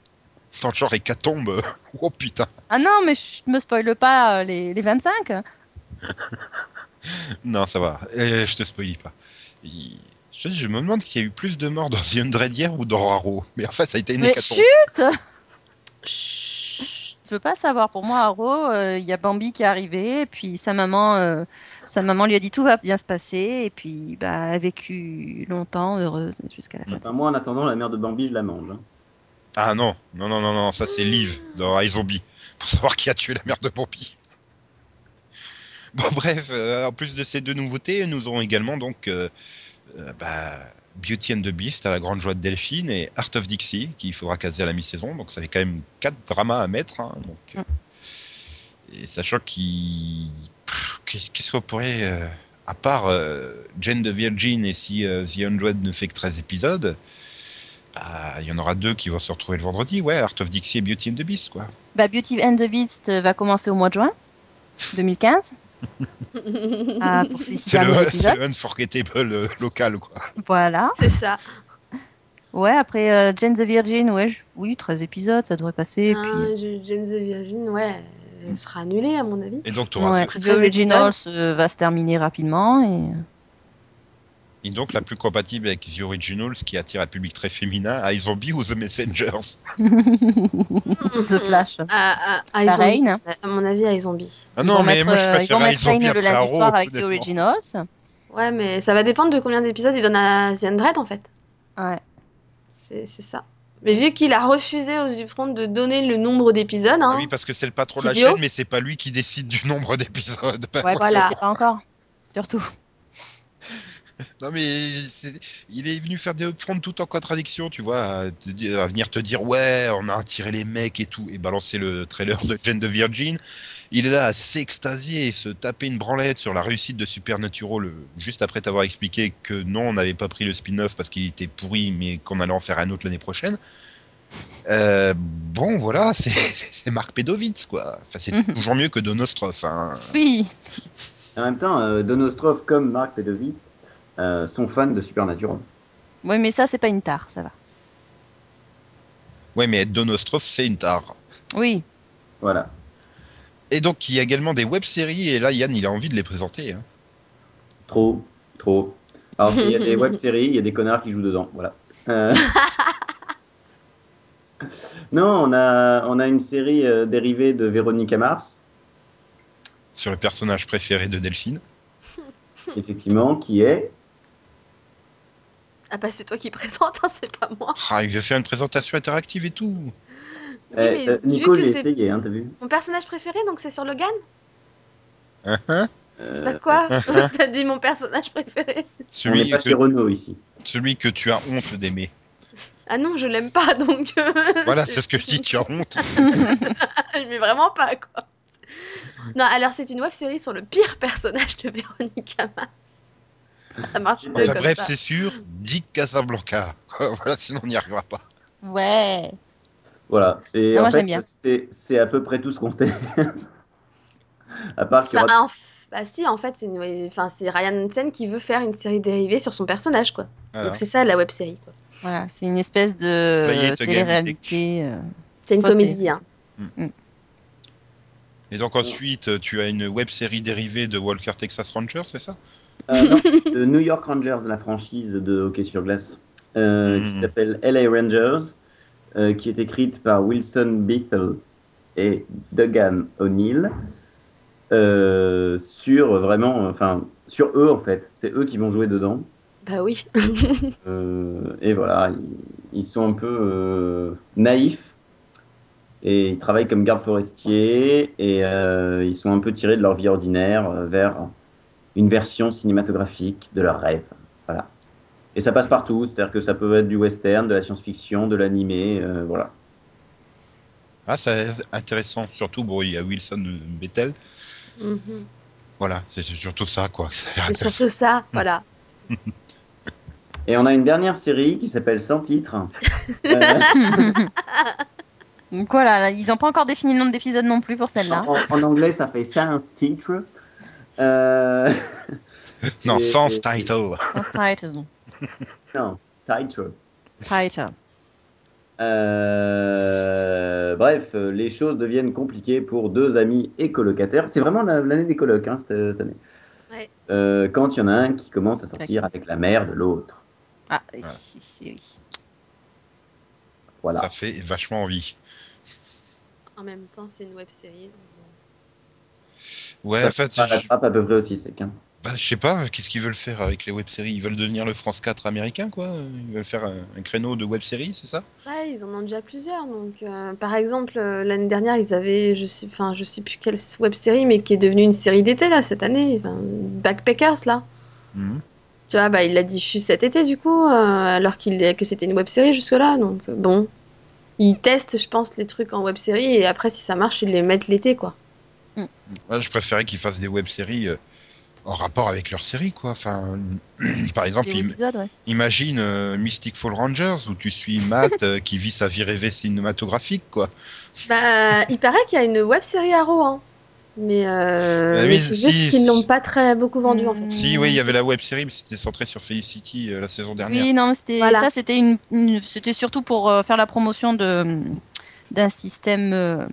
S1: Dans le genre hécatombe. Oh putain.
S3: Ah non, mais je me spoile pas euh, les, les 25.
S1: Non, ça va. Euh, je te spoilie pas. Il- Je, je me demande s'il y a eu plus de morts dans The Undread hier ou dans Raro. Mais en fait, ça a été une
S3: Mais
S1: hécatombe.
S3: chut Chut Je veux pas savoir. Pour moi, Haro, euh, il y a Bambi qui est arrivé, et puis sa maman, euh, sa maman lui a dit tout va bien se passer, et puis bah, elle a vécu longtemps, heureuse, jusqu'à la fin. de sa
S4: Enfin, moi, en attendant, la mère de Bambi, je la mange. hein.
S1: Ah non, non, non, non, non, ça c'est Liv dans iZombie, pour savoir qui a tué la mère de Pompey. Bon, bref, euh, en plus de ces deux nouveautés, nous aurons également donc euh, euh, bah, Beauty and the Beast à la grande joie de Delphine et Art of Dixie, qu'il faudra caser à la mi-saison, donc ça fait quand même quatre dramas à mettre. hein, donc, euh, et sachant qu'il. pff, Qu'est-ce qu'on pourrait. euh, à part euh, Jane the Virgin et si euh, The Undead ne fait que 13 épisodes, bah, il y en aura deux qui vont se retrouver le vendredi. Ouais, Art of Dixie et Beauty and the Beast, quoi.
S3: Bah, Beauty and the Beast euh, va commencer au mois de juin 2015 ah, pour six
S1: C'est
S3: derniers
S1: le, c'est
S3: épisodes.
S1: le Unforgettable euh, local, quoi.
S3: Voilà.
S2: C'est ça.
S3: Ouais, après euh, Jane the Virgin, ouais, je- oui, 13 épisodes, ça devrait passer. et puis...
S2: Ah, je- Jane the Virgin, ouais, elle sera annulée à mon avis.
S1: Et donc, t'auras
S3: Ouais,
S1: ce-
S3: The Originals euh, va se terminer rapidement. Et...
S1: et donc la plus compatible avec The Originals, qui attire un public très féminin, à Zombie ou The Messengers.
S3: The Flash.
S2: À, à, à
S3: Pareil.
S2: iZombie.
S3: hein.
S2: À mon avis, à Zombie.
S1: Ah
S3: Ils
S1: non,
S3: vont
S1: mais
S3: mettre,
S1: moi je
S3: euh, ils
S1: préfère
S3: vont
S1: à
S3: mettre Rain
S1: Zombie
S3: le
S1: après
S3: lundi
S1: Arrow,
S3: soir avec The
S1: honnêtement.
S3: Originals.
S2: Ouais, mais ça va dépendre de combien d'épisodes il donne à The Undead en fait.
S3: Ouais.
S2: C'est c'est ça. Mais vu qu'il a refusé aux Upfront de donner le nombre d'épisodes, hein,
S1: Ah oui, parce que c'est le patron de la
S2: Studio.
S1: chaîne, mais c'est pas lui qui décide du nombre d'épisodes. Bah,
S3: Ouais,
S2: Voilà.
S3: voilà. sais pas encore. Surtout.
S1: Non mais c'est- il est venu faire des prendre tout en contradiction, tu vois, à, te dire- à venir te dire ouais, on a attiré les mecs et tout, et balancer le trailer de Jane de Virgin. Il est là à s'extasier et se taper une branlette sur la réussite de Supernatural euh, juste après t'avoir expliqué que non, on n'avait pas pris le spin-off parce qu'il était pourri, mais qu'on allait en faire un autre l'année prochaine. Euh, bon, voilà, c'est- c'est Marc Pedovitz, quoi. Enfin, c'est
S3: Mhm.
S1: toujours mieux que Donostrof. Hein.
S3: Oui.
S4: En même temps, euh, Donostrov comme Mark Pedovitz euh, sont fans de Supernatural.
S3: Oui, mais ça, c'est pas une tare, ça va.
S1: Ouais, mais être Donostrof, c'est une tare.
S3: Oui.
S4: Voilà.
S1: Et donc, il y a également des web-séries, et là, Yann, il a envie de les présenter. hein.
S4: Trop, trop. Alors, il y a des web-séries, il y a des connards qui jouent dedans. Voilà. Euh. non, on a, on a une série euh, dérivée de Véronica Mars,
S1: Sur le personnage préféré de Delphine.
S2: Hmm.
S4: effectivement, qui est.
S2: ah bah c'est toi qui présente, hein, c'est pas moi.
S1: Ah, il veut faire une présentation interactive et tout.
S2: Oui,
S4: Euh,
S2: mais
S4: euh,
S2: vu
S4: Nico,
S2: que
S4: j'ai
S2: c'est
S4: essayé, hein, t'as vu
S2: mon personnage préféré, donc c'est sur Logan
S1: Hein, hein
S4: Euh,
S2: Bah quoi T'as dit mon personnage préféré
S4: On n'est
S1: celui,
S4: pas
S1: que,
S4: chez Renault ici.
S1: celui que tu as honte d'aimer.
S2: Ah non, je l'aime pas, donc... euh,
S1: Voilà, c'est ce que je dis, tu as honte.
S2: Mais vraiment pas, quoi. Non, alors c'est une web-série sur le pire personnage de Véronique Amas. Ça marche mieux
S4: Enfin,
S1: Enfin,
S2: comme
S1: bref,
S2: ça.
S1: c'est sûr, Dick Casablanca. voilà, sinon on n'y arrivera pas.
S3: Ouais.
S4: Voilà. Et
S3: Non,
S4: en
S3: moi,
S4: fait,
S3: j'aime bien.
S4: C'est, c'est à peu près tout ce qu'on sait. à part qu'il y
S2: Bah,
S4: aura-
S2: en- bah si, en fait, c'est une- enfin, c'est Ryan Hansen qui veut faire une série dérivée sur son personnage, quoi.
S1: Voilà.
S2: Donc c'est ça, la web-série, quoi.
S3: Voilà, c'est une espèce de
S1: y est,
S3: euh,
S1: te
S3: télé-réalité. euh,
S2: C'est une
S3: Ça, c'est-
S2: comédie, hein.
S1: Et donc ensuite, tu as une web-série dérivée de Walker Texas Ranger, c'est ça
S4: Euh, non, de New York Rangers, la franchise de hockey sur glace, euh,
S1: Mhm.
S4: qui s'appelle LA Rangers, euh, qui est écrite par Wilson Beatle et Duggan O'Neill, euh, sur vraiment, enfin, sur eux en fait. C'est eux qui vont jouer dedans.
S2: Bah oui.
S4: Euh, et voilà, ils, ils sont un peu euh, naïfs. Et ils travaillent comme gardes forestiers. Et euh, ils sont un peu tirés de leur vie ordinaire euh, vers une version cinématographique de leur rêve. Voilà. Et ça passe partout. C'est-à-dire que ça peut être du western, de la science-fiction, de l'animé. euh, voilà.
S1: Ah, c'est intéressant. Surtout, bon, il y a Wilson Bethel.
S2: Mhm.
S1: Voilà, c'est c'est surtout ça, quoi. que ça a l'air
S2: C'est
S1: intéressant.
S2: surtout ça, voilà.
S4: Et on a une dernière série qui s'appelle Sans titre. Euh,
S3: Donc voilà, là, ils n'ont pas encore défini le nombre d'épisodes non plus pour celle-là.
S4: en, en anglais, ça fait Sans titre. Euh,
S1: Non,
S4: Et-
S1: sans
S4: et-
S1: title.
S3: Sans title.
S4: non, titre.
S3: Title.
S4: Euh, bref, euh, les choses deviennent compliquées pour deux amis et colocataires. C'est vraiment la- l'année des colocs, hein, cette, cette année.
S2: Ouais.
S4: Euh, quand il y en a un qui commence à sortir avec la mère de l'autre.
S3: Ah, si, si, oui.
S4: Voilà.
S1: Ça fait vachement envie.
S2: En même temps, c'est une web-série. donc bon.
S1: Ouais, en fait,
S4: Ça
S1: je-
S4: rattrape à peu près aussi sec. hein.
S1: Bah, je sais pas, qu'est-ce qu'ils veulent faire avec les web-séries Ils veulent devenir le France 4 américain, quoi Ils veulent faire un, un créneau de web-séries, c'est ça
S2: Ouais, ils en ont déjà plusieurs. Donc, euh, par exemple, euh, l'année dernière, ils avaient, je sais, enfin, je sais plus quelle web série, mais qui est devenue une série d'été là cette année. Enfin, Backpackers là. Tu vois, bah, il la diffuse cet été du coup, euh, alors qu'il est- que c'était une web série jusque là. Donc euh, bon, ils testent, je pense, les trucs en web série et après, si ça marche, ils les mettent l'été quoi.
S1: Ouais, Je préférais qu'ils fassent des web-séries euh, en rapport avec leur série, quoi. Enfin, par exemple,
S3: des
S1: im-
S3: épisodes, ouais.
S1: imagine euh, Mystic Fall Rangers où tu suis Matt euh, qui vit sa vie rêvée cinématographique, quoi.
S2: Bah, il paraît qu'il y a une web série à Rouen. Mais, euh,
S1: Ah oui,
S2: mais c'est
S1: si,
S2: juste qu'ils
S1: si.
S2: l'ont pas très beaucoup vendu en fait.
S3: Mhm.
S1: Si, oui, il y avait la web série, mais c'était centré sur Felicity euh, la saison dernière.
S3: Oui, non, mais c'était
S2: Voilà.
S3: ça, c'était une, une- c'était surtout pour euh, faire la promotion de d'un système euh,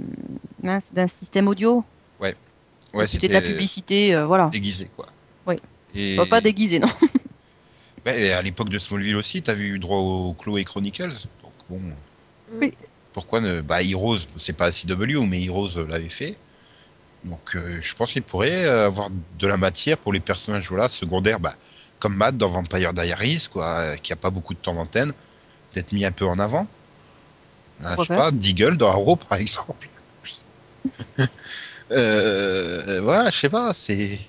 S3: mince, d'un système audio.
S1: ouais,
S3: c'était de la publicité, euh, voilà.
S1: déguisé, quoi.
S3: Oui.
S1: Et...
S3: Enfin, Pas déguisé, non.
S1: Ouais, et à l'époque de Smallville aussi, t'avais eu droit au Chloé Chronicles. Donc bon.
S2: Oui.
S1: Pourquoi ne. Bah, Heroes, c'est pas CW, mais Heroes euh, l'avait fait. Donc euh, je pense qu'il pourrait euh, avoir de la matière pour les personnages voilà, secondaires, bah, comme Matt dans Vampire Diaries, quoi, euh, qui a pas beaucoup de temps d'antenne, d'être mis un peu en avant. Ah, je sais
S3: Pourquoi
S1: pas, Deagle dans Arrow par exemple. Euh, euh, voilà, je sais pas, c'est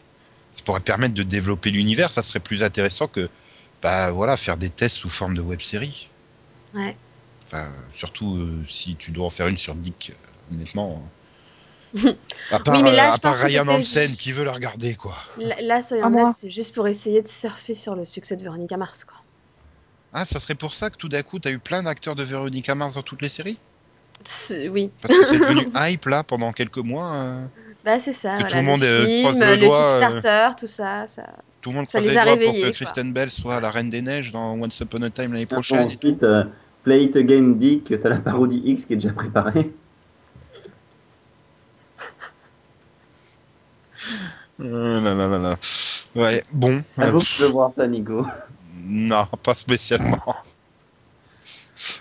S1: ça pourrait permettre de développer l'univers, ça serait plus intéressant que bah voilà, faire des tests sous forme de web-série.
S2: Ouais.
S1: Enfin, surtout euh, si tu dois en faire une sur Dick, euh, honnêtement. À part,
S2: mais là,
S1: euh,
S2: je
S1: à part
S2: pense que
S1: Ryan
S2: c'était
S1: Hansen
S2: juste-
S1: qui veut la regarder quoi.
S2: Là, là, soyons
S3: À moi.
S2: honnêtes, c'est juste pour essayer de surfer sur le succès de Veronica Mars. Quoi.
S1: Ah, ça serait pour ça que tout d'un coup, t'as eu plein d'acteurs de Veronica Mars dans toutes les séries
S2: C'est- Oui,
S1: Parce que c'est devenu hype là pendant quelques mois. euh,
S2: bah, c'est ça.
S1: Que
S2: voilà,
S1: tout le monde, euh,
S2: film,
S1: croise le
S2: le,
S1: doigt,
S2: Kickstarter, tout ça. ça...
S1: Tout le monde
S2: Ça
S1: croise les
S2: les a
S1: doigts pour
S2: réveillés,
S1: que
S2: quoi.
S1: Kristen Bell soit la reine des neiges dans Once Upon a Time l'année prochaine. et tout.
S4: Ensuite, euh, Play It Again Dick, t'as la parodie X qui est déjà préparée.
S1: Euh, là, là, là, là. Ouais, bon. euh,
S4: À Ah, vous
S1: pff,
S4: de voir ça, Nico.
S1: non, pas spécialement.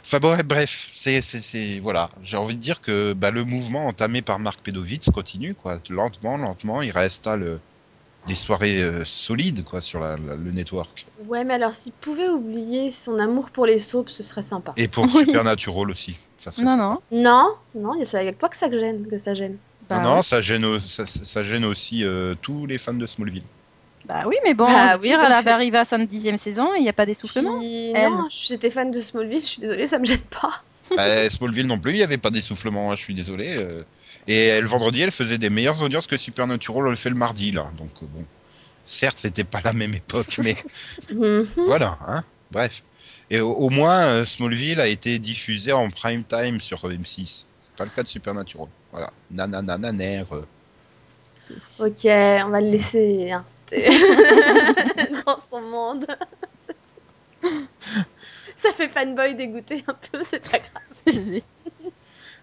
S1: Enfin bon, ouais, bref, c'est, c'est, c'est- voilà. J'ai envie de dire que bah, le mouvement entamé par Marc Pedovitz continue quoi, lentement, lentement. Il reste à le- des soirées euh, solides quoi sur la- la- le network.
S2: Ouais, mais alors s'il pouvait oublier son amour pour les soaps, ce serait sympa.
S1: Et pour
S3: Oui.
S1: Supernatural aussi. Ça serait
S3: Non,
S1: sympa.
S3: non.
S2: Non, non, il y a ça- il y a que toi que ça gêne, que ça gêne.
S3: Bah,
S1: non, non, ça gêne, au- ça, ça gêne aussi euh, tous les fans de Smallville.
S3: bah oui, mais bon,
S2: Bah
S3: je veux
S2: oui,
S3: dire,
S2: donc-
S3: elle va arriver à sa dixième saison et il n'y a pas d'essoufflement.
S2: Puis,
S3: elle.
S2: Non, j'étais fan de Smallville, je suis désolée, ça me gêne pas.
S1: Bah, Smallville non plus, il n'y avait pas d'essoufflement, hein, je suis désolé. euh. Et euh, le vendredi, elle faisait des meilleures audiences que Supernatural le fait le mardi, là. Donc, euh, bon. Certes, c'était pas la même époque, mais
S2: Mhm.
S1: voilà, hein. Bref. Et au, au moins, euh, Smallville a été diffusé en prime time sur M6. C'est pas le cas de Supernatural. Voilà. Nananananer. euh.
S2: Ok, on va le laisser hein, dans son monde. Ça fait fanboy dégoûté un peu, c'est pas grave.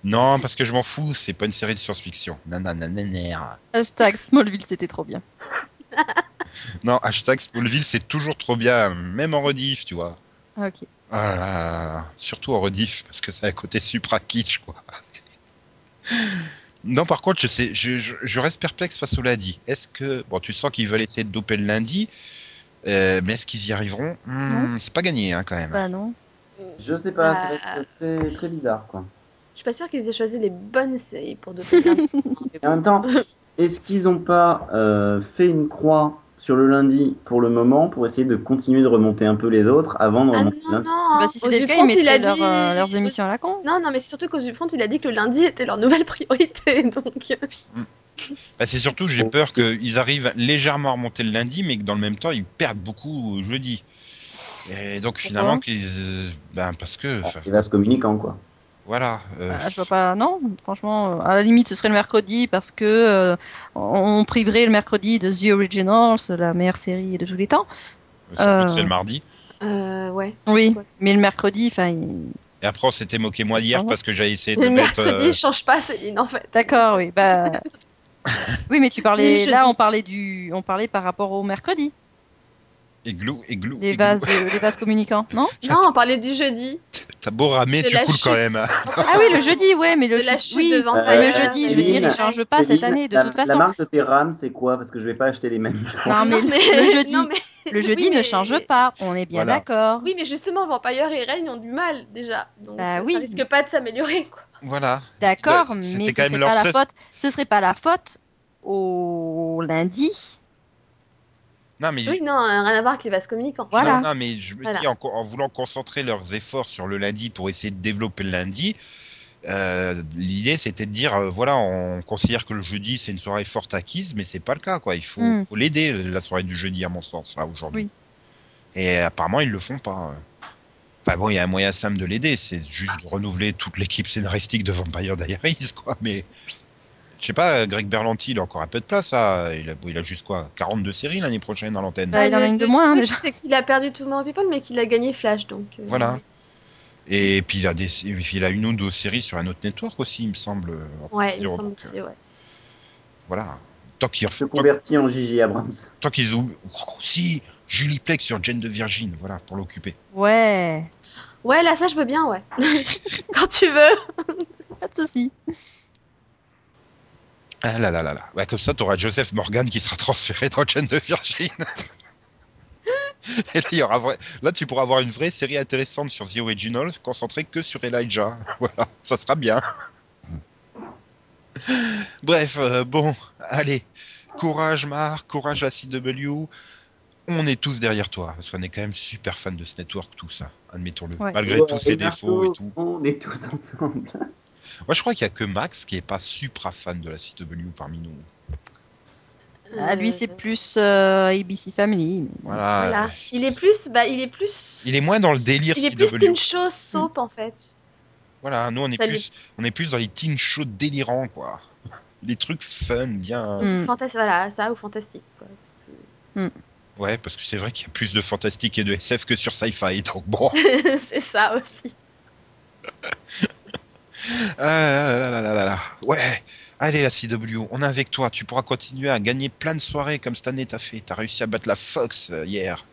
S1: Non, parce que je m'en fous, c'est pas une série de science-fiction. Nananananer.
S3: Hashtag Smallville, c'était trop bien.
S1: Non, hashtag Smallville, c'est toujours trop bien, même en rediff, tu vois.
S3: Ah, ok.
S1: Ah là là là là. surtout en rediff, parce que c'est un côté supra kitsch, quoi. Non, par contre, je, sais, je, je, je reste perplexe face au lundi. Est-ce que. Bon, tu sens qu'ils veulent essayer de doper le lundi, euh, mais est-ce qu'ils y arriveront Hmm, C'est pas gagné, hein, quand même.
S3: Bah non.
S4: Je sais pas, ça va
S2: Bah.
S4: être très, très bizarre, quoi.
S2: Je suis pas sûre qu'ils aient choisi les bonnes séries pour de bonnes
S4: Et en même temps, est-ce qu'ils n'ont pas euh, fait une croix sur le lundi pour le moment pour essayer de continuer de remonter un peu les autres avant de
S2: Ah non,
S4: remonter
S2: non.
S4: lundi
S3: bah, si c'était le cas,
S2: Dupont,
S3: ils
S2: il a
S3: mettraient leur,
S2: dit-
S3: euh, leurs émissions à la con.
S2: Non, non, mais c'est surtout qu'au Dupont, il a dit que le lundi était leur nouvelle priorité. Donc, euh,
S1: Bah, c'est surtout, j'ai peur qu'ils arrivent légèrement à remonter le lundi, mais que dans le même temps, ils perdent beaucoup au jeudi. Et donc, finalement, qu'ils. euh, ben, parce
S2: Ah.
S1: que. enfin,
S4: Il va se communiquant, quoi.
S1: Voilà. euh,
S3: Bah, je vois pas, non, franchement, euh, à la limite, ce serait le mercredi parce que euh, on on priverait le mercredi de The Originals, la meilleure série de tous les temps.
S2: Ah.
S1: surtout que C'est
S3: euh,
S1: le mardi.
S2: euh, ouais.
S3: Oui,
S2: Ouais.
S3: mais le mercredi, enfin, il-
S1: Et après, on s'était moqué moi hier
S3: Pardon
S1: parce que j'avais essayé de
S2: Ah. Le
S1: mettre.
S2: mercredi,
S1: euh,
S2: je change pas Céline, en fait.
S3: d'accord, oui, bah, oui, mais tu parlais,
S2: Oui, je
S3: là,
S2: dis-
S3: on parlait du, on parlait par rapport au mercredi,
S1: Igloo, igloo,
S3: des
S1: igloo.
S3: vases, de- des vases communicants, non
S2: Non, on parlait du jeudi.
S1: T'as beau ramer,
S2: De
S1: tu
S2: la
S1: coules
S2: chute.
S1: quand même. hein.
S3: Ah oui, le jeudi, ouais, mais le,
S2: de la
S3: chute-
S2: chute
S3: oui,
S2: de Vampire.
S3: mais le jeudi, je veux dire,
S4: Céline,
S3: ils changent pas cette
S4: Céline,
S3: année, de
S4: la-
S3: toute
S4: La
S3: façon.
S4: marque de tes rames, c'est quoi Parce que je vais pas acheter les mêmes. choses.
S3: Non, mais,
S2: Non,
S3: le jeudi,
S2: non, mais-
S3: le jeudi
S2: Oui,
S3: ne
S2: mais-
S3: change pas, on est bien
S1: Voilà.
S3: d'accord.
S2: Oui, mais justement, Vampire et Reign ont du mal déjà. Donc,
S3: Bah
S2: ça
S3: oui.
S2: risque pas de s'améliorer. quoi.
S1: Voilà.
S3: D'accord,
S1: C'était
S3: mais ce
S1: quand même
S3: serait
S1: leur
S3: pas la
S1: seul-
S3: faute. Ce serait pas la faute au lundi.
S1: Non, mais,
S2: Oui, non, euh, rien à voir avec les vases communicants.
S3: Voilà.
S1: non, non, mais je me
S2: Voilà.
S1: dis, en, co- en voulant concentrer leurs efforts sur le lundi pour essayer de développer le lundi, Euh, L'idée, c'était de dire, euh, voilà, on considère que le jeudi, c'est une soirée forte acquise, mais c'est pas le cas, quoi. Il faut,
S3: Mm.
S1: faut l'aider, la soirée du jeudi, à mon sens, là, aujourd'hui.
S3: Oui.
S1: Et apparemment, ils le font pas. hein. Enfin bon, il y a un moyen simple de l'aider, c'est juste de renouveler toute l'équipe scénaristique de Vampire Diaries, quoi. Mais je sais pas, Greg Berlanti, il a encore un peu de place, là. Il a, il a juste quoi 42 séries l'année prochaine à l'antenne.
S3: Bah, il en a
S2: le-
S3: une de
S2: le
S3: moins, hein,
S2: truc,
S3: déjà.
S2: C'est qu'il a perdu tout le monde People, mais qu'il a gagné Flash, donc. euh,
S1: Voilà. Et puis il a, des, et puis il a une ou deux séries sur un autre network aussi, il me semble.
S2: Ouais, il me
S1: Zero,
S2: semble
S1: donc, euh,
S2: aussi, ouais.
S1: Voilà. Tant qu'ils
S4: se
S1: refont- tant-
S4: convertit en Gigi Abrams.
S1: tant qu'ils oublient. Oh, si, Julie Plec sur Jane de Virgin, voilà, pour l'occuper.
S3: Ouais,
S2: Ouais, là, ça, je veux bien, ouais. Quand tu veux.
S3: pas de souci.
S1: Ah là là là là. Ouais, comme ça, t'auras Joseph Morgan qui sera transféré dans Jane de Virgin. Et là, il y aura vrai- là, tu pourras avoir une vraie série intéressante sur The Original, concentrée que sur Elijah. Voilà, ça sera bien. Bref, euh, bon, allez. Courage, Marc, courage à CW. On est tous derrière toi, parce qu'on est quand même super fans de ce network, tout ça. Admettons-le.
S3: Ouais.
S1: Malgré tous ses défauts et tout.
S4: On est tous ensemble.
S1: Moi, je crois qu'il n'y a que Max qui est pas supra fan de la CW parmi nous.
S3: Ah, lui,
S2: Euh,
S3: c'est plus euh, ABC Family. mais bon.
S1: Voilà.
S2: Voilà. Il est plus. Bah, il est plus.
S1: Ah, Il est moins dans le délire
S2: Il est
S1: CW.
S2: plus teen show soap, en fait.
S1: Voilà, nous on est
S2: Salut.
S1: plus on est plus dans les teen shows délirants quoi. Des trucs fun, bien.
S3: Mm.
S2: Fantas- voilà, ça ou fantastique, quoi.
S1: Ouais, parce que c'est vrai qu'il y a plus de fantastique et de SF que sur sci-fi. Donc bon.
S2: c'est ça aussi.
S1: Ah là là là là là là. Ouais. Allez la CW, on est avec toi. Tu pourras continuer à gagner plein de soirées comme cette année t'as fait. T'as réussi à battre la Fox euh, hier.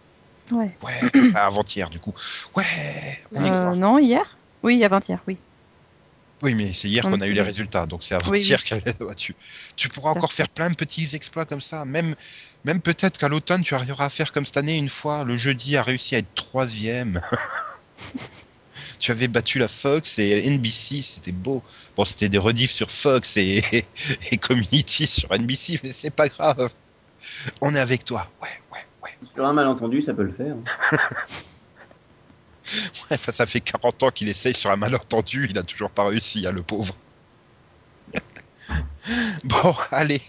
S3: Ouais.
S1: Ouais. enfin, avant-hier du coup. Ouais. On y
S3: Euh,
S1: croit.
S3: non, hier Oui, avant-hier, oui.
S1: Oui, mais c'est hier
S3: On
S1: qu'on
S3: le
S1: a eu
S3: sait.
S1: les résultats, donc c'est
S3: Oui,
S1: avant-hier qu'elle ouais, tu, tu pourras
S3: Tout à
S1: encore faire plein de petits exploits comme ça. Même, même peut-être qu'à l'automne, tu arriveras à faire comme cette année une fois. Le jeudi a réussi à être troisième. tu avais battu la Fox et NBC, c'était beau. Bon, c'était des rediffs sur Fox et, et Community sur NBC, mais c'est pas grave. On est avec toi. Ouais, ouais, ouais.
S4: Sur un malentendu, ça peut le faire.
S1: ouais ça, ça fait 40 ans qu'il essaye sur un malentendu. Il a toujours pas réussi, hein, le pauvre. Bon, allez.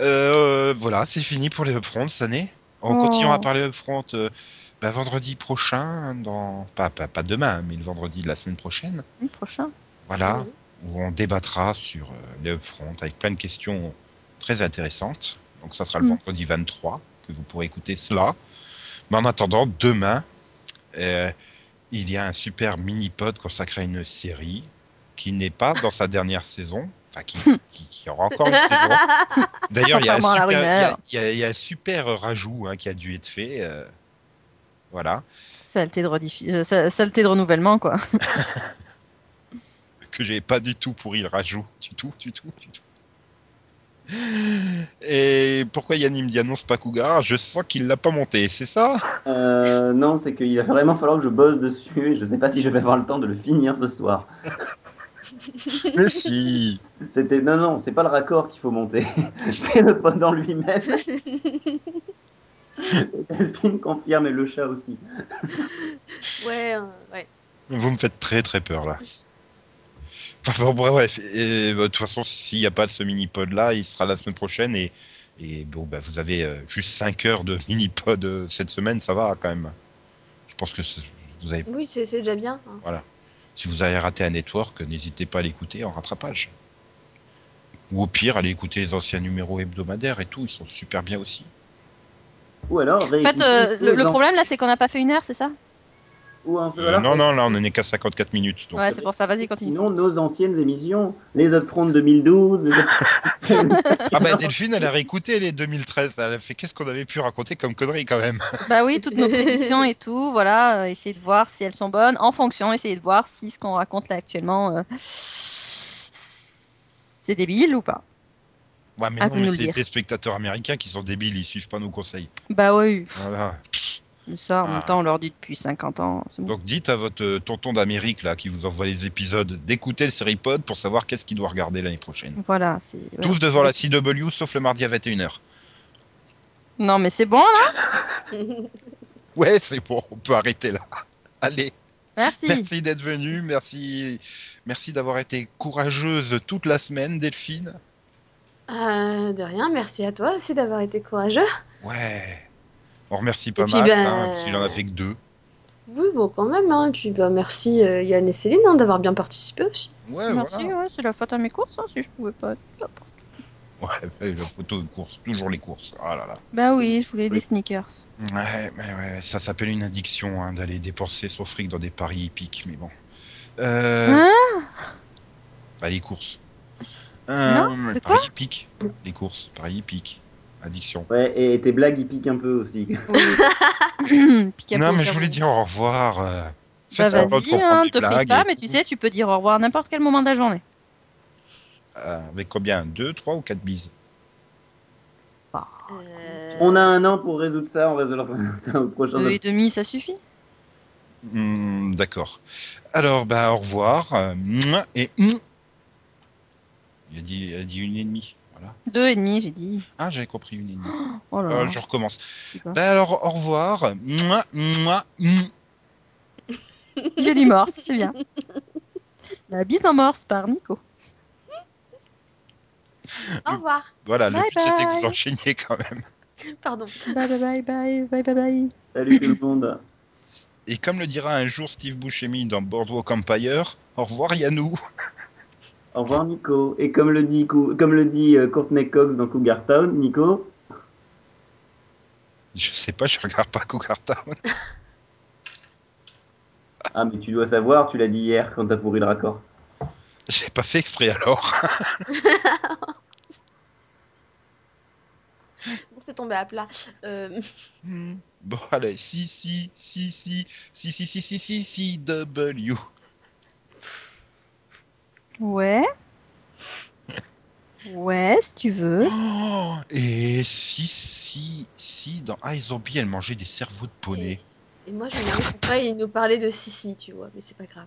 S1: Euh, voilà, c'est fini pour les upfronts cette année. On
S3: Oh.
S1: continuera par les upfronts euh, bah, vendredi prochain, dans... pas, pas, pas demain, hein, mais le vendredi de la semaine prochaine.
S3: Le prochain.
S1: Voilà,
S2: Oui.
S1: où on débattra sur euh, les upfronts avec plein de questions très intéressantes. Donc ça sera le
S3: Mm.
S1: vendredi 23 que vous pourrez écouter cela. Mais en attendant, demain, euh, il y a un super mini-pod consacré à une série qui n'est pas dans sa dernière saison, enfin qui, qui- qui aura encore une saison. D'ailleurs, il y a un
S3: Hmm. Contrairement à la
S1: super, il y a-
S3: rumeur.
S1: il y a- il y a un super rajout hein, qui a dû être fait. euh, voilà,
S3: Saleté de, rediffu- euh, sa- saleté de renouvellement, quoi.
S1: que j'ai pas du tout pourri le rajout, du tout, du tout, du tout. Et pourquoi Yann il me dit annonce pas Cougar Je sens qu'il l'a pas monté, c'est ça
S4: Euh, non, c'est qu'il va vraiment falloir que je bosse dessus et je sais pas si je vais avoir le temps de le finir ce soir.
S1: Mais si
S4: C'était non, non, c'est pas le raccord qu'il faut monter, c'est le pod en lui-même. Delphine confirme et le chat aussi.
S2: Ouais, euh, ouais.
S1: Vous me faites très très peur là. Enfin, bon, bref, et, bah, de toute façon, s'il n'y a pas ce mini-pod là, il sera la semaine prochaine et, et bon, bah, vous avez euh, juste 5 heures de mini-pod euh, cette semaine, ça va quand même. Je pense que c'est- vous avez,
S2: Oui, c'est c'est déjà bien. hein.
S1: si vous avez raté un network, n'hésitez pas à l'écouter en rattrapage. Ou au pire, allez écouter les anciens numéros hebdomadaires et tout, ils sont super bien aussi.
S4: Ou alors.
S3: En fait, euh, le, le problème, là, c'est qu'on n'a pas fait une heure, c'est ça
S4: Ou en-
S1: Euh,
S4: voilà.
S1: non, non, là on en est qu'à 54 minutes. Donc,
S3: Ouais, c'est pour ça. Vas-y, continue.
S4: Sinon, nos anciennes émissions, les Upfront 2012. les Upfront-
S1: Ah bah Delphine, elle a réécouté les 2013, elle a fait qu'est-ce qu'on avait pu raconter comme conneries quand même.
S3: Bah oui, toutes nos prédictions et tout, voilà, euh, essayez de voir si elles sont bonnes. En fonction, essayez de voir si ce qu'on raconte là actuellement, euh, c'est débile ou pas.
S1: Ouais, mais
S3: Ah,
S1: non,
S3: vous
S1: mais
S3: nous le
S1: c'est
S3: dire.
S1: des spectateurs américains qui sont débiles, ils suivent pas nos conseils.
S3: Bah oui,
S1: Voilà.
S3: mais ça, en
S1: Ah.
S3: même temps, on leur dit depuis 50 ans. c'est bon.
S1: Donc dites à votre euh, tonton d'Amérique là qui vous envoie les épisodes d'écouter le série pod pour savoir qu'est-ce qu'il doit regarder l'année prochaine.
S3: Voilà, c'est. voilà.
S1: Tous devant la CW sauf le mardi à 21h.
S3: Non, hein. mais c'est bon, là
S2: hein.
S1: Ouais, c'est bon, on peut arrêter là. Allez,
S3: Merci.
S1: Merci d'être venu. Merci, merci d'avoir été courageuse toute la semaine, Delphine.
S2: Euh, de rien, merci à toi aussi d'avoir été courageux.
S1: Ouais. On remercie
S2: Et
S1: pas
S2: puis,
S1: Max,
S2: ben,
S1: hein, parce qu'il en a fait que deux.
S2: Oui, bon, quand même. Hein. Et puis, bah, merci euh, Yann et Céline hein, d'avoir bien participé aussi.
S1: Ouais,
S3: Merci,
S1: voilà.
S3: ouais, c'est la faute à mes courses, hein, si je pouvais pas.
S1: Ouais, bah, la photo de course, toujours les courses. Ah là là.
S3: Bah oui, je voulais des
S4: Oui.
S3: sneakers.
S1: Ouais, mais ouais, ça s'appelle une addiction hein, d'aller dépenser son fric dans des paris hippiques, mais bon. Euh,
S3: Hein
S1: bah, les courses. Euh,
S3: Non,
S1: mais
S3: de quoi
S1: paris hippiques. Les courses, paris hippiques. Addiction.
S4: Ouais, et tes blagues, ils piquent un peu aussi.
S3: Oui. Picapou,
S1: non, mais je
S3: j'avoue.
S1: voulais dire au revoir. euh,
S3: Bah
S1: faites un vote
S3: vas-y,
S1: pour
S3: hein,
S1: prendre des
S3: te prive
S1: blagues
S3: pas,
S1: et
S3: mais tu
S1: tout.
S3: sais, tu peux dire au revoir à n'importe quel moment de la journée.
S1: Euh, avec combien Deux, trois ou quatre bises
S2: Euh,
S4: On a un an pour résoudre ça, on résoudra ça au prochain.
S3: Deux et demi, ça suffit.
S1: Hmm, D'accord. Alors, bah, au revoir. euh, mouah, et. mouah. Il a dit, elle a dit une et demie. Voilà.
S3: Deux et demi, j'ai dit.
S1: Ah, j'avais compris une et demie.
S3: Oh là
S1: Euh,
S3: là.
S1: je recommence.
S3: je sais pas.
S1: Bah alors, au revoir. Mouah, mouah, hmm. mouah.
S3: J'ai dit morse, c'est bien. La bise en morse par Nico.
S2: Au revoir.
S1: Voilà, le
S3: Bye
S1: but c'était que
S3: bye.
S1: vous enchaîniez quand même.
S2: Pardon.
S3: Bye bye bye bye bye bye bye.
S4: Salut tout le monde.
S1: Et comme le dira un jour Steve Buscemi dans Boardwalk Empire, au revoir Yannou.
S4: Au revoir Nico. Et comme le dit, Cou- comme le dit euh, Courtney Cox dans Cougar Town, Nico,
S1: Je sais pas, je regarde pas Cougar Town.
S4: ah mais tu dois savoir, tu l'as dit hier quand t'as pourri le raccord.
S1: J'ai pas fait exprès alors.
S2: Bon, c'est tombé à plat. Euh,
S1: Hmm. Bon, allez, si, si, si, si, si, si, si, si, si, si, W.
S3: Ouais. Ouais, si tu veux.
S1: Oh, et si, si, si, dans ah, iZombie, elle mangeait des cerveaux de poney.
S2: et moi, je me demande pourquoi il nous parlait de Sissi, tu vois. Mais c'est pas grave.